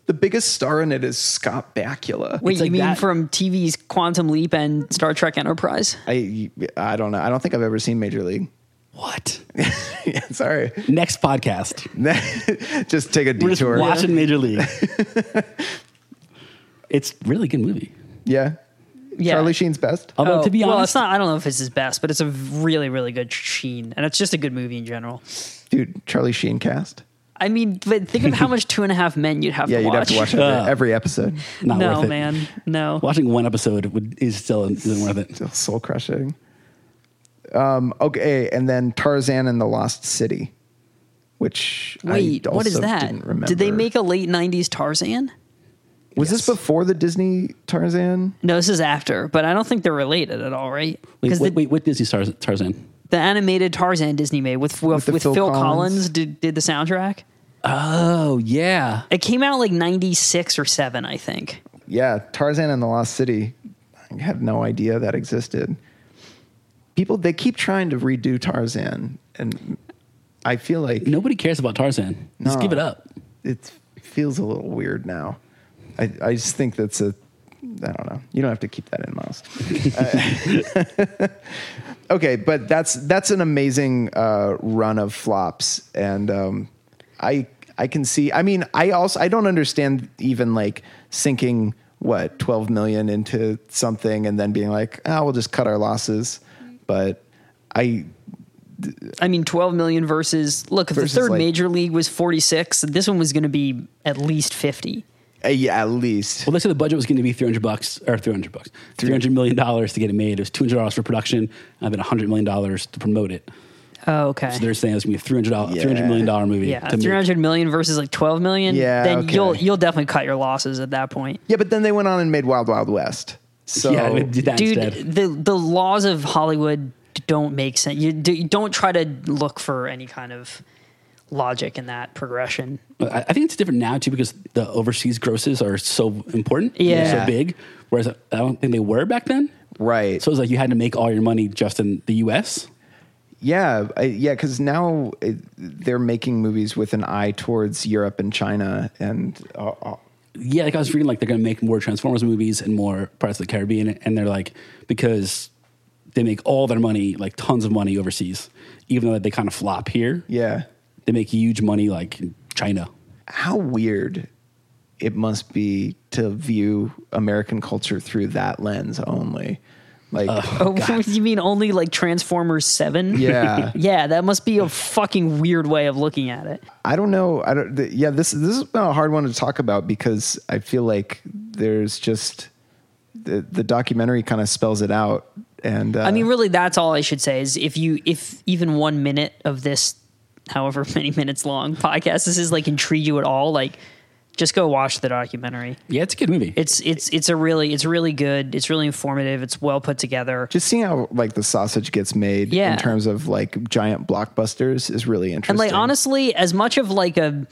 B: The biggest star in it is Scott Bakula.
C: Wait,
A: It's
C: you
A: like
C: mean
A: that-
C: from TV's Quantum Leap and Star Trek Enterprise?
B: I I don't know. I don't think I've ever seen Major League.
A: What?
B: yeah, sorry.
A: Next podcast,
B: Just take a
A: we're just
B: detour.
A: watching Major League. it's a really good movie.
B: Yeah.
C: Yeah. Um,
B: Charlie Sheen's best.
A: Although to be
C: Oh, well,
A: honest,
C: it's not. I don't know if it's his best, but it's a really, really good sheen, and it's just a good movie in general.
B: Dude, Charlie Sheen cast.
C: I mean, but think of how much Two and a Half Men you'd have
B: Yeah,
C: to
B: you'd have
C: watch.
B: to watch every, every episode.
A: not
C: no,
A: worth it.
C: man, no.
A: Watching one episode would, is still isn't worth it.
B: Soul crushing. Um, okay, and then Tarzan and the Lost City, which I
C: Wait, what is
B: also
C: that?
B: Didn't remember.
C: Did they make a late '90s Tarzan?
B: Was this before the Disney Tarzan?
C: No, this is after, but I don't think they're related at all, right?
A: Wait,
C: Because
A: wait,
C: the,
A: wait, what Disney stars Tarzan?
C: the animated Tarzan Disney made with with,
B: the
C: with Phil,
B: Phil
C: Collins,
B: Collins.
C: did, did the soundtrack.
A: Oh yeah,
C: It came out like '96 or '7, I think.
B: Yeah, Tarzan and the Lost City. I had no idea that existed. People they keep trying to redo Tarzan, and I feel like
A: nobody cares about Tarzan. Just
B: No.
A: give it up.
B: it feels a little weird now. I, I just think that's a, I don't know. You don't have to keep that in, Miles. Uh, okay, but that's that's an amazing uh, run of flops, and um, I I can see. I mean, I also I don't understand even like sinking what twelve million into something and then being like, oh, we'll just cut our losses, but. I
C: I mean, 12 million versus look. If
B: Versus,
C: the third
B: like-
C: major league was 46, this one was going to be at least 50.
B: uh, yeah, at least
A: Well, they said the budget was going to be three hundred bucks or three hundred bucks, three hundred million dollars to get it made. It was two hundred dollars for production, and then hundred million dollars to promote it.
C: Oh, okay.
A: So they're saying it's going to be a three hundred dollars,
B: Yeah.
A: three hundred million dollar movie.
C: yeah,
A: to make.
C: 300 million versus like 12 million.
B: Yeah,
C: then
B: okay.
C: you'll you'll definitely cut your losses at that point.
B: yeah, but then they went on and made Wild Wild West. So
A: yeah, we did that
C: Dude,
A: instead.
C: the the laws of Hollywood don't make sense. You, do, you don't try to look for any kind of logic in that progression.
A: But I I think it's different now too because the overseas grosses are so important,
C: Yeah.
A: they're so big. Whereas I don't think they were back then.
B: Right.
A: So it was like you had to make all your money just in the U.S.
B: Yeah, I, yeah, because now it, they're making movies with an eye towards Europe and China, and uh, uh,
A: yeah, like I was reading, like they're going to make more Transformers movies and more Pirates of the Caribbean, and they're like because they make all their money, like tons of money overseas, even though they kind of flop here.
B: yeah,
A: they make huge money like in China.
B: how weird it must be to view American culture through that lens only. Like,
C: Oh, you mean only like Transformers 7?
B: Yeah.
C: yeah, that must be a fucking weird way of looking at it.
B: I don't know. I don't. Th- yeah, this this has been a hard one to talk about because I feel like there's just the the documentary kind of spells it out, and uh,
C: I mean, really, that's all I should say is if you, if even one minute of this, however many minutes long podcast, this is like intrigue you at all, like just go watch the documentary.
A: Yeah, it's a good movie.
C: It's, it's, it's a really, it's really good. It's really informative. It's well put together.
B: just seeing how like the sausage gets made
C: Yeah.
B: in terms of like giant blockbusters is really interesting.
C: And like, honestly, as much of like a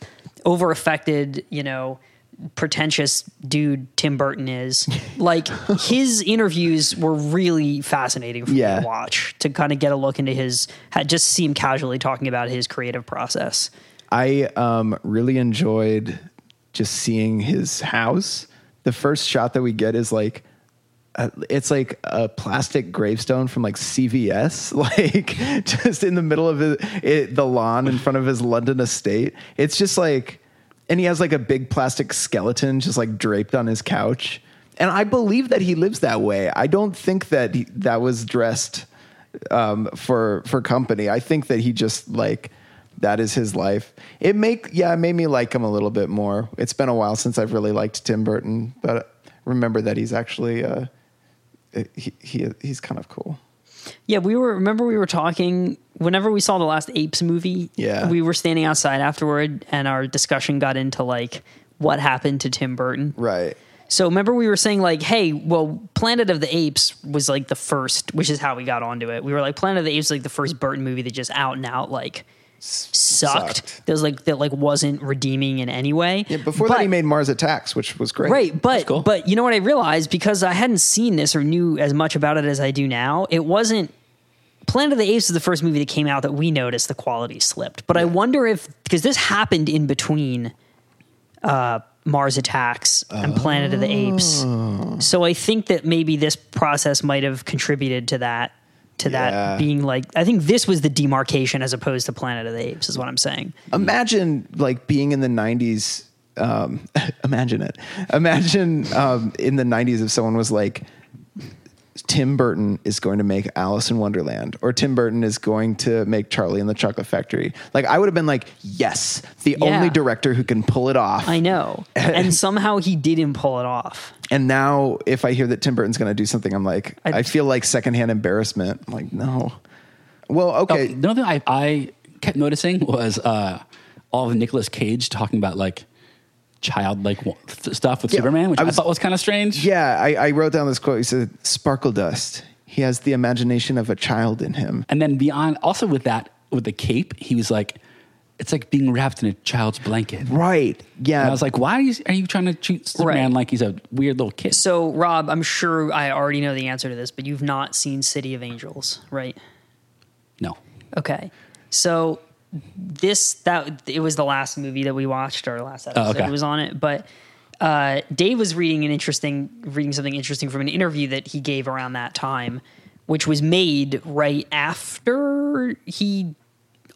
C: over affected, you know, pretentious dude Tim Burton is, like his interviews were really fascinating for me
B: Yeah.
C: to watch to kind of get a look into his, ha- just see him casually talking about his creative process.
B: I um, really enjoyed just seeing his house. The first shot that we get is like uh, it's like a plastic gravestone from like CVS, like just in the middle of his, it, the lawn in front of his London estate. It's just like, and he has like a big plastic skeleton just like draped on his couch. And I believe that he lives that way. I don't think that he, that was dressed um, for for company. I think that he just like that is his life. It make yeah, it made me like him a little bit more. It's been a while since I've really liked Tim Burton, but remember that he's actually uh, he, he he's kind of cool.
C: Yeah, we were. Remember, we were talking whenever we saw the last Apes movie.
B: Yeah.
C: we were standing outside afterward, and our discussion got into like what happened to Tim Burton.
B: Right.
C: So remember, we were saying like, hey, well, Planet of the Apes was like the first, which is how we got onto it. We were like, Planet of the Apes is, like the first Burton movie that just out and out like sucked.
B: sucked.
C: That was like that like wasn't redeeming in any way.
B: Yeah, before that, he
C: But-
B: made Mars Attacks, which was great.
C: Right, but
A: cool.
C: but you know what I realized because I hadn't seen this or knew as much about it as I do now. It wasn't Planet of the Apes is the first movie that came out that we noticed the quality slipped. But I wonder if because this happened in between uh, Mars Attacks and Planet of the Apes, so I think that maybe this process might have contributed to that to
B: Yeah.
C: that being like I think this was the demarcation as opposed to Planet of the Apes is what I'm saying.
B: Imagine like being in the '90s. Um, imagine it. Imagine um, in the '90s if someone was like, Tim Burton is going to make Alice in Wonderland, or Tim Burton is going to make Charlie and the Chocolate Factory. Like I would have been like, yes, the
C: Yeah.
B: only director who can pull it off.
C: I know, and somehow he didn't pull it off.
B: and now if I hear that Tim Burton's going to do something, I'm like,
C: I-
B: I, feel like secondhand embarrassment. I'm like, no. Well, okay.
A: Oh, The other thing I, I kept noticing was uh, all of Nicolas Cage talking about like childlike wa- th- stuff with
B: Yeah,
A: Superman, which I,
B: I was-
A: thought was kind of strange.
B: Yeah, I, I wrote down this quote. He said, "Sparkle dust. He has the imagination of a child in him."
A: And then beyond, also with that, with the cape, he was like, it's like being wrapped in a child's blanket.
B: Right. Yeah.
A: And I was like, why are you, are you trying to treat Superman
C: Right.
A: like he's a weird little kid?
C: So, Rob, I'm sure I already know the answer to this, but you've not seen City of Angels, right?
A: No.
C: Okay. So this that it was the last movie that we watched our
B: Oh,
C: last episode
A: okay.
C: was on it, but uh, Dave was reading an interesting reading something interesting from an interview that he gave around that time, which was made right after he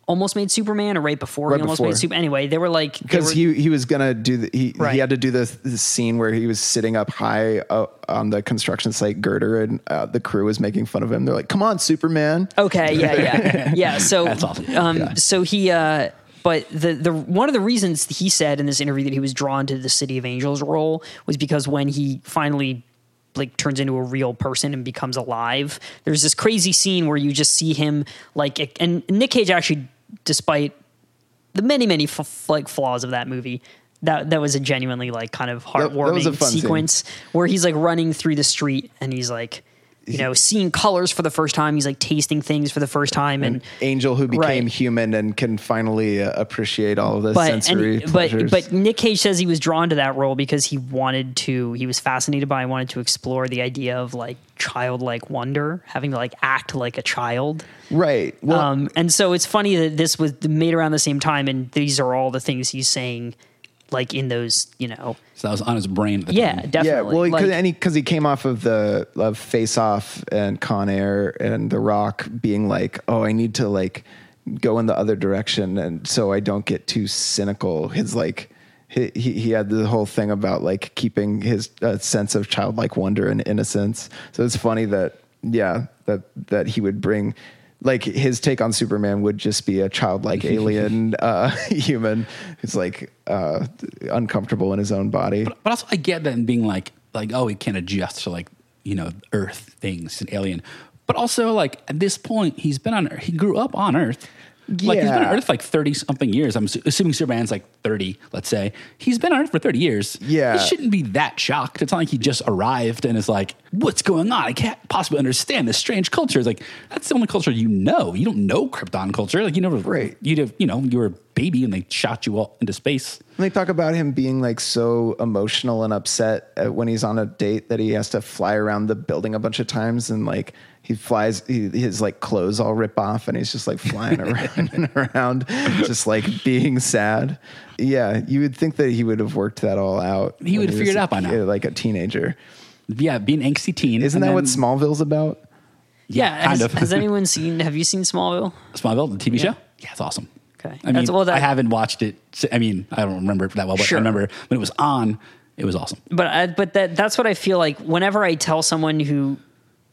C: almost made Superman or right before
B: Right
C: he almost
B: before.
C: made Superman. Anyway, they were like they
B: because
C: were-
B: he, he was gonna do the, he
C: Right.
B: he had to do the, the scene where he was sitting up high uh, on the construction site girder and uh, the crew was making fun of him. They're like, "Come on, Superman!"
C: Okay, yeah, yeah, yeah. So
A: That's awesome.
C: Um, So he, uh, but the the one of the reasons he said in this interview that he was drawn to the City of Angels role was because when he finally like turns into a real person and becomes alive, there's this crazy scene where you just see him like, and Nick Cage actually, despite the many many f- f- like flaws of that movie. That, that was a genuinely like kind of
B: that was
C: heartwarming
B: a fun scene.
C: sequence where he's like running through the street and he's like you know seeing colors for the first time he's like tasting things for the first time and,
B: Angel who became
C: Right.
B: human and can finally uh, appreciate all of the
C: but and-
B: sensory
C: but
B: pleasures.
C: but Nick Cage says he was drawn to that role because he wanted to he was fascinated by wanted to explore the idea of like childlike wonder having to like act like a child
B: right. Well,
C: um and so it's funny that this was made around the same time and these are all the things he's saying like in those you know
A: So that was on his brain. At the
C: yeah
A: time.
C: definitely
B: Yeah, well,
C: Like-
B: because he, 'cause he came off of the of Face Off and Con Air and The Rock being like, oh, I need to like go in the other direction, and so I don't get too cynical. His like. He, he he had the whole thing about like keeping his uh, sense of childlike wonder and innocence. So it's funny that yeah that that he would bring like his take on Superman would just be a childlike alien uh, human who's like uh, uncomfortable in his own body.
A: But also, I get that in being like, like, oh, he can't adjust to like, you know, Earth things, an alien. But also, like at this point, he's been on Earth. He grew up on Earth. Like he's been
B: Yeah.
A: on Earth like thirty something years. I'm assu- assuming Superman's like thirty. Let's say he's been on Earth for thirty years.
B: Yeah.
A: he shouldn't be that shocked. It's not like he just arrived and is like, "What's going on? I can't possibly understand this strange culture." It's like that's the only culture you know. You don't know Krypton culture. Like you never,
B: Right.
A: You'd have, you know, you were a baby and they shot you all into space.
B: And they talk about him being like so emotional and upset uh, when he's on a date that he has to fly around the building a bunch of times and like he flies he, his like clothes all rip off and he's just like flying around and around just like being sad. Yeah, you would think that he would have worked that all out.
A: He
B: when
A: would have
B: was
A: figured it
B: a
A: out by now.
B: kid, like a teenager.
A: Yeah, being an angsty teen.
B: Isn't
A: and
B: that what
A: then-
B: Smallville's about?
A: Yeah,
C: yeah
A: kind
C: has,
A: of.
C: has anyone seen have you seen Smallville
A: Smallville, the TV show? Yeah, it's awesome.
C: Okay.
A: I mean,
C: That's- well, that-
A: I haven't watched it. si- I mean, I don't remember it that well, but
C: Sure.
A: I remember when it was on, it was awesome.
C: but I, but that that's what I feel like whenever I tell someone who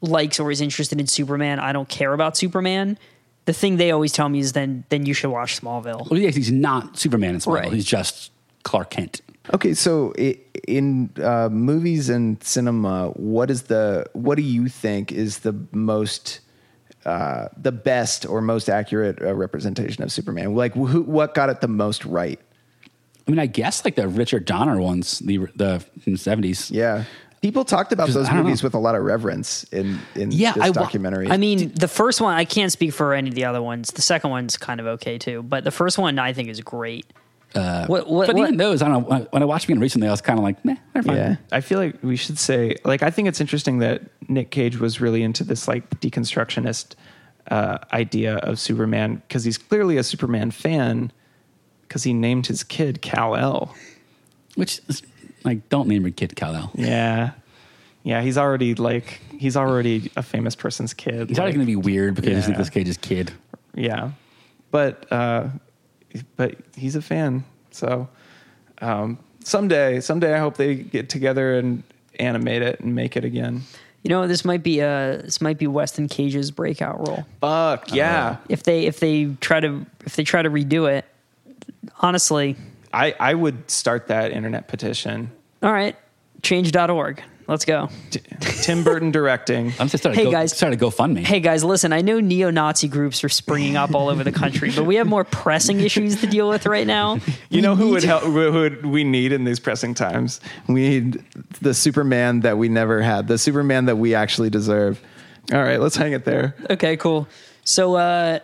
C: likes or is interested in Superman, I don't care about Superman. The thing they always tell me is then then you should watch Smallville.
A: Well, yes, he's not Superman in Smallville.
C: Right.
A: He's just Clark Kent.
B: Okay, so i in uh, movies and cinema, what is the what do you think is the most uh, the best or most accurate uh, representation of Superman? Like, who, what got it the most right?
A: I mean, I guess like the Richard Donner ones, the the from the seventies.
B: Yeah, people talked about those
A: I don't
B: movies
A: know.
B: with a lot of reverence in in
A: Yeah,
B: this
A: I wa-
B: documentary.
C: I mean, the first one I can't speak for any of the other ones. The second one's kind of okay too, but the first one I think is great. Uh, what, what,
A: But
C: what-
A: even those, I don't know. When I watched again recently, I was kind of like, meh, they're fine.
B: yeah,
D: I feel like we should say like I think it's interesting that Nick Cage was really into this like deconstructionist uh, idea of Superman because he's clearly a Superman fan because he named his kid Cal El.
A: Which is like, don't name your kid Kal El.
D: Yeah, yeah, he's already like he's already a famous person's kid.
A: He's already
D: like-
A: going to be weird because he's
D: Yeah.
A: Nicolas Cage's kid.
D: Yeah, but uh, but he's a fan. So um, someday, someday, I hope they get together and animate it and make it again.
C: you know, this might be uh this might be Weston Cage's breakout role.
D: Fuck yeah!
A: Uh,
C: If they if they try to if they try to redo it, honestly,
D: I I would start that internet petition.
C: all right, change.org. Let's go.
D: T- Tim Burton directing.
A: I'm just starting
C: Hey,
A: to go,
C: guys.
A: starting to GoFundMe.
C: Hey guys, listen, I know neo Nazi groups are springing up all over the country, but we have more pressing issues to deal with right now.
D: You know who would help? Who would we need in these pressing times?
B: We need the Superman that we never had, the Superman that we actually deserve.
D: All right, let's hang it there.
C: Okay, cool. So, uh,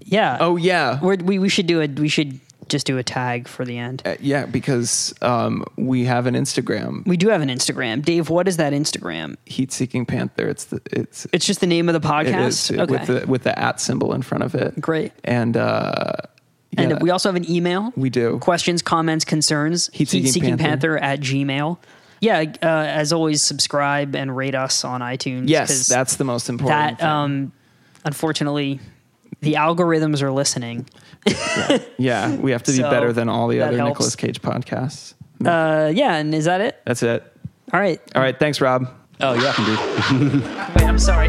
C: yeah.
D: Oh yeah,
C: We're, we, we should do a, we should just do a tag for the end.
D: Uh, yeah, because um, we have an Instagram,
C: We do have an Instagram. Dave, what is that Instagram?
D: Heat Seeking Panther. It's the it's
C: It's just the name of the
D: it
C: podcast.
D: is
C: okay.
D: with the with the at symbol in front of it.
C: Great.
D: And uh,
C: and
D: yeah.
C: we also have an email.
D: We do.
C: Questions, comments, concerns.
D: Heat-seeking
C: Panther at Gmail. Yeah, uh, as always, subscribe and rate us on iTunes. 'cause
D: yes, that's the most important.
C: that. Um, unfortunately, the algorithms are listening.
D: thing. yeah, we have to be
C: so
D: better than all the
C: that
D: other
C: helps.
D: Nicolas Cage podcasts.
C: Uh, yeah, and is that it?
D: That's it.
C: All right.
D: All right, thanks, Rob.
A: Oh yeah, I can do.
C: Wait, I'm sorry.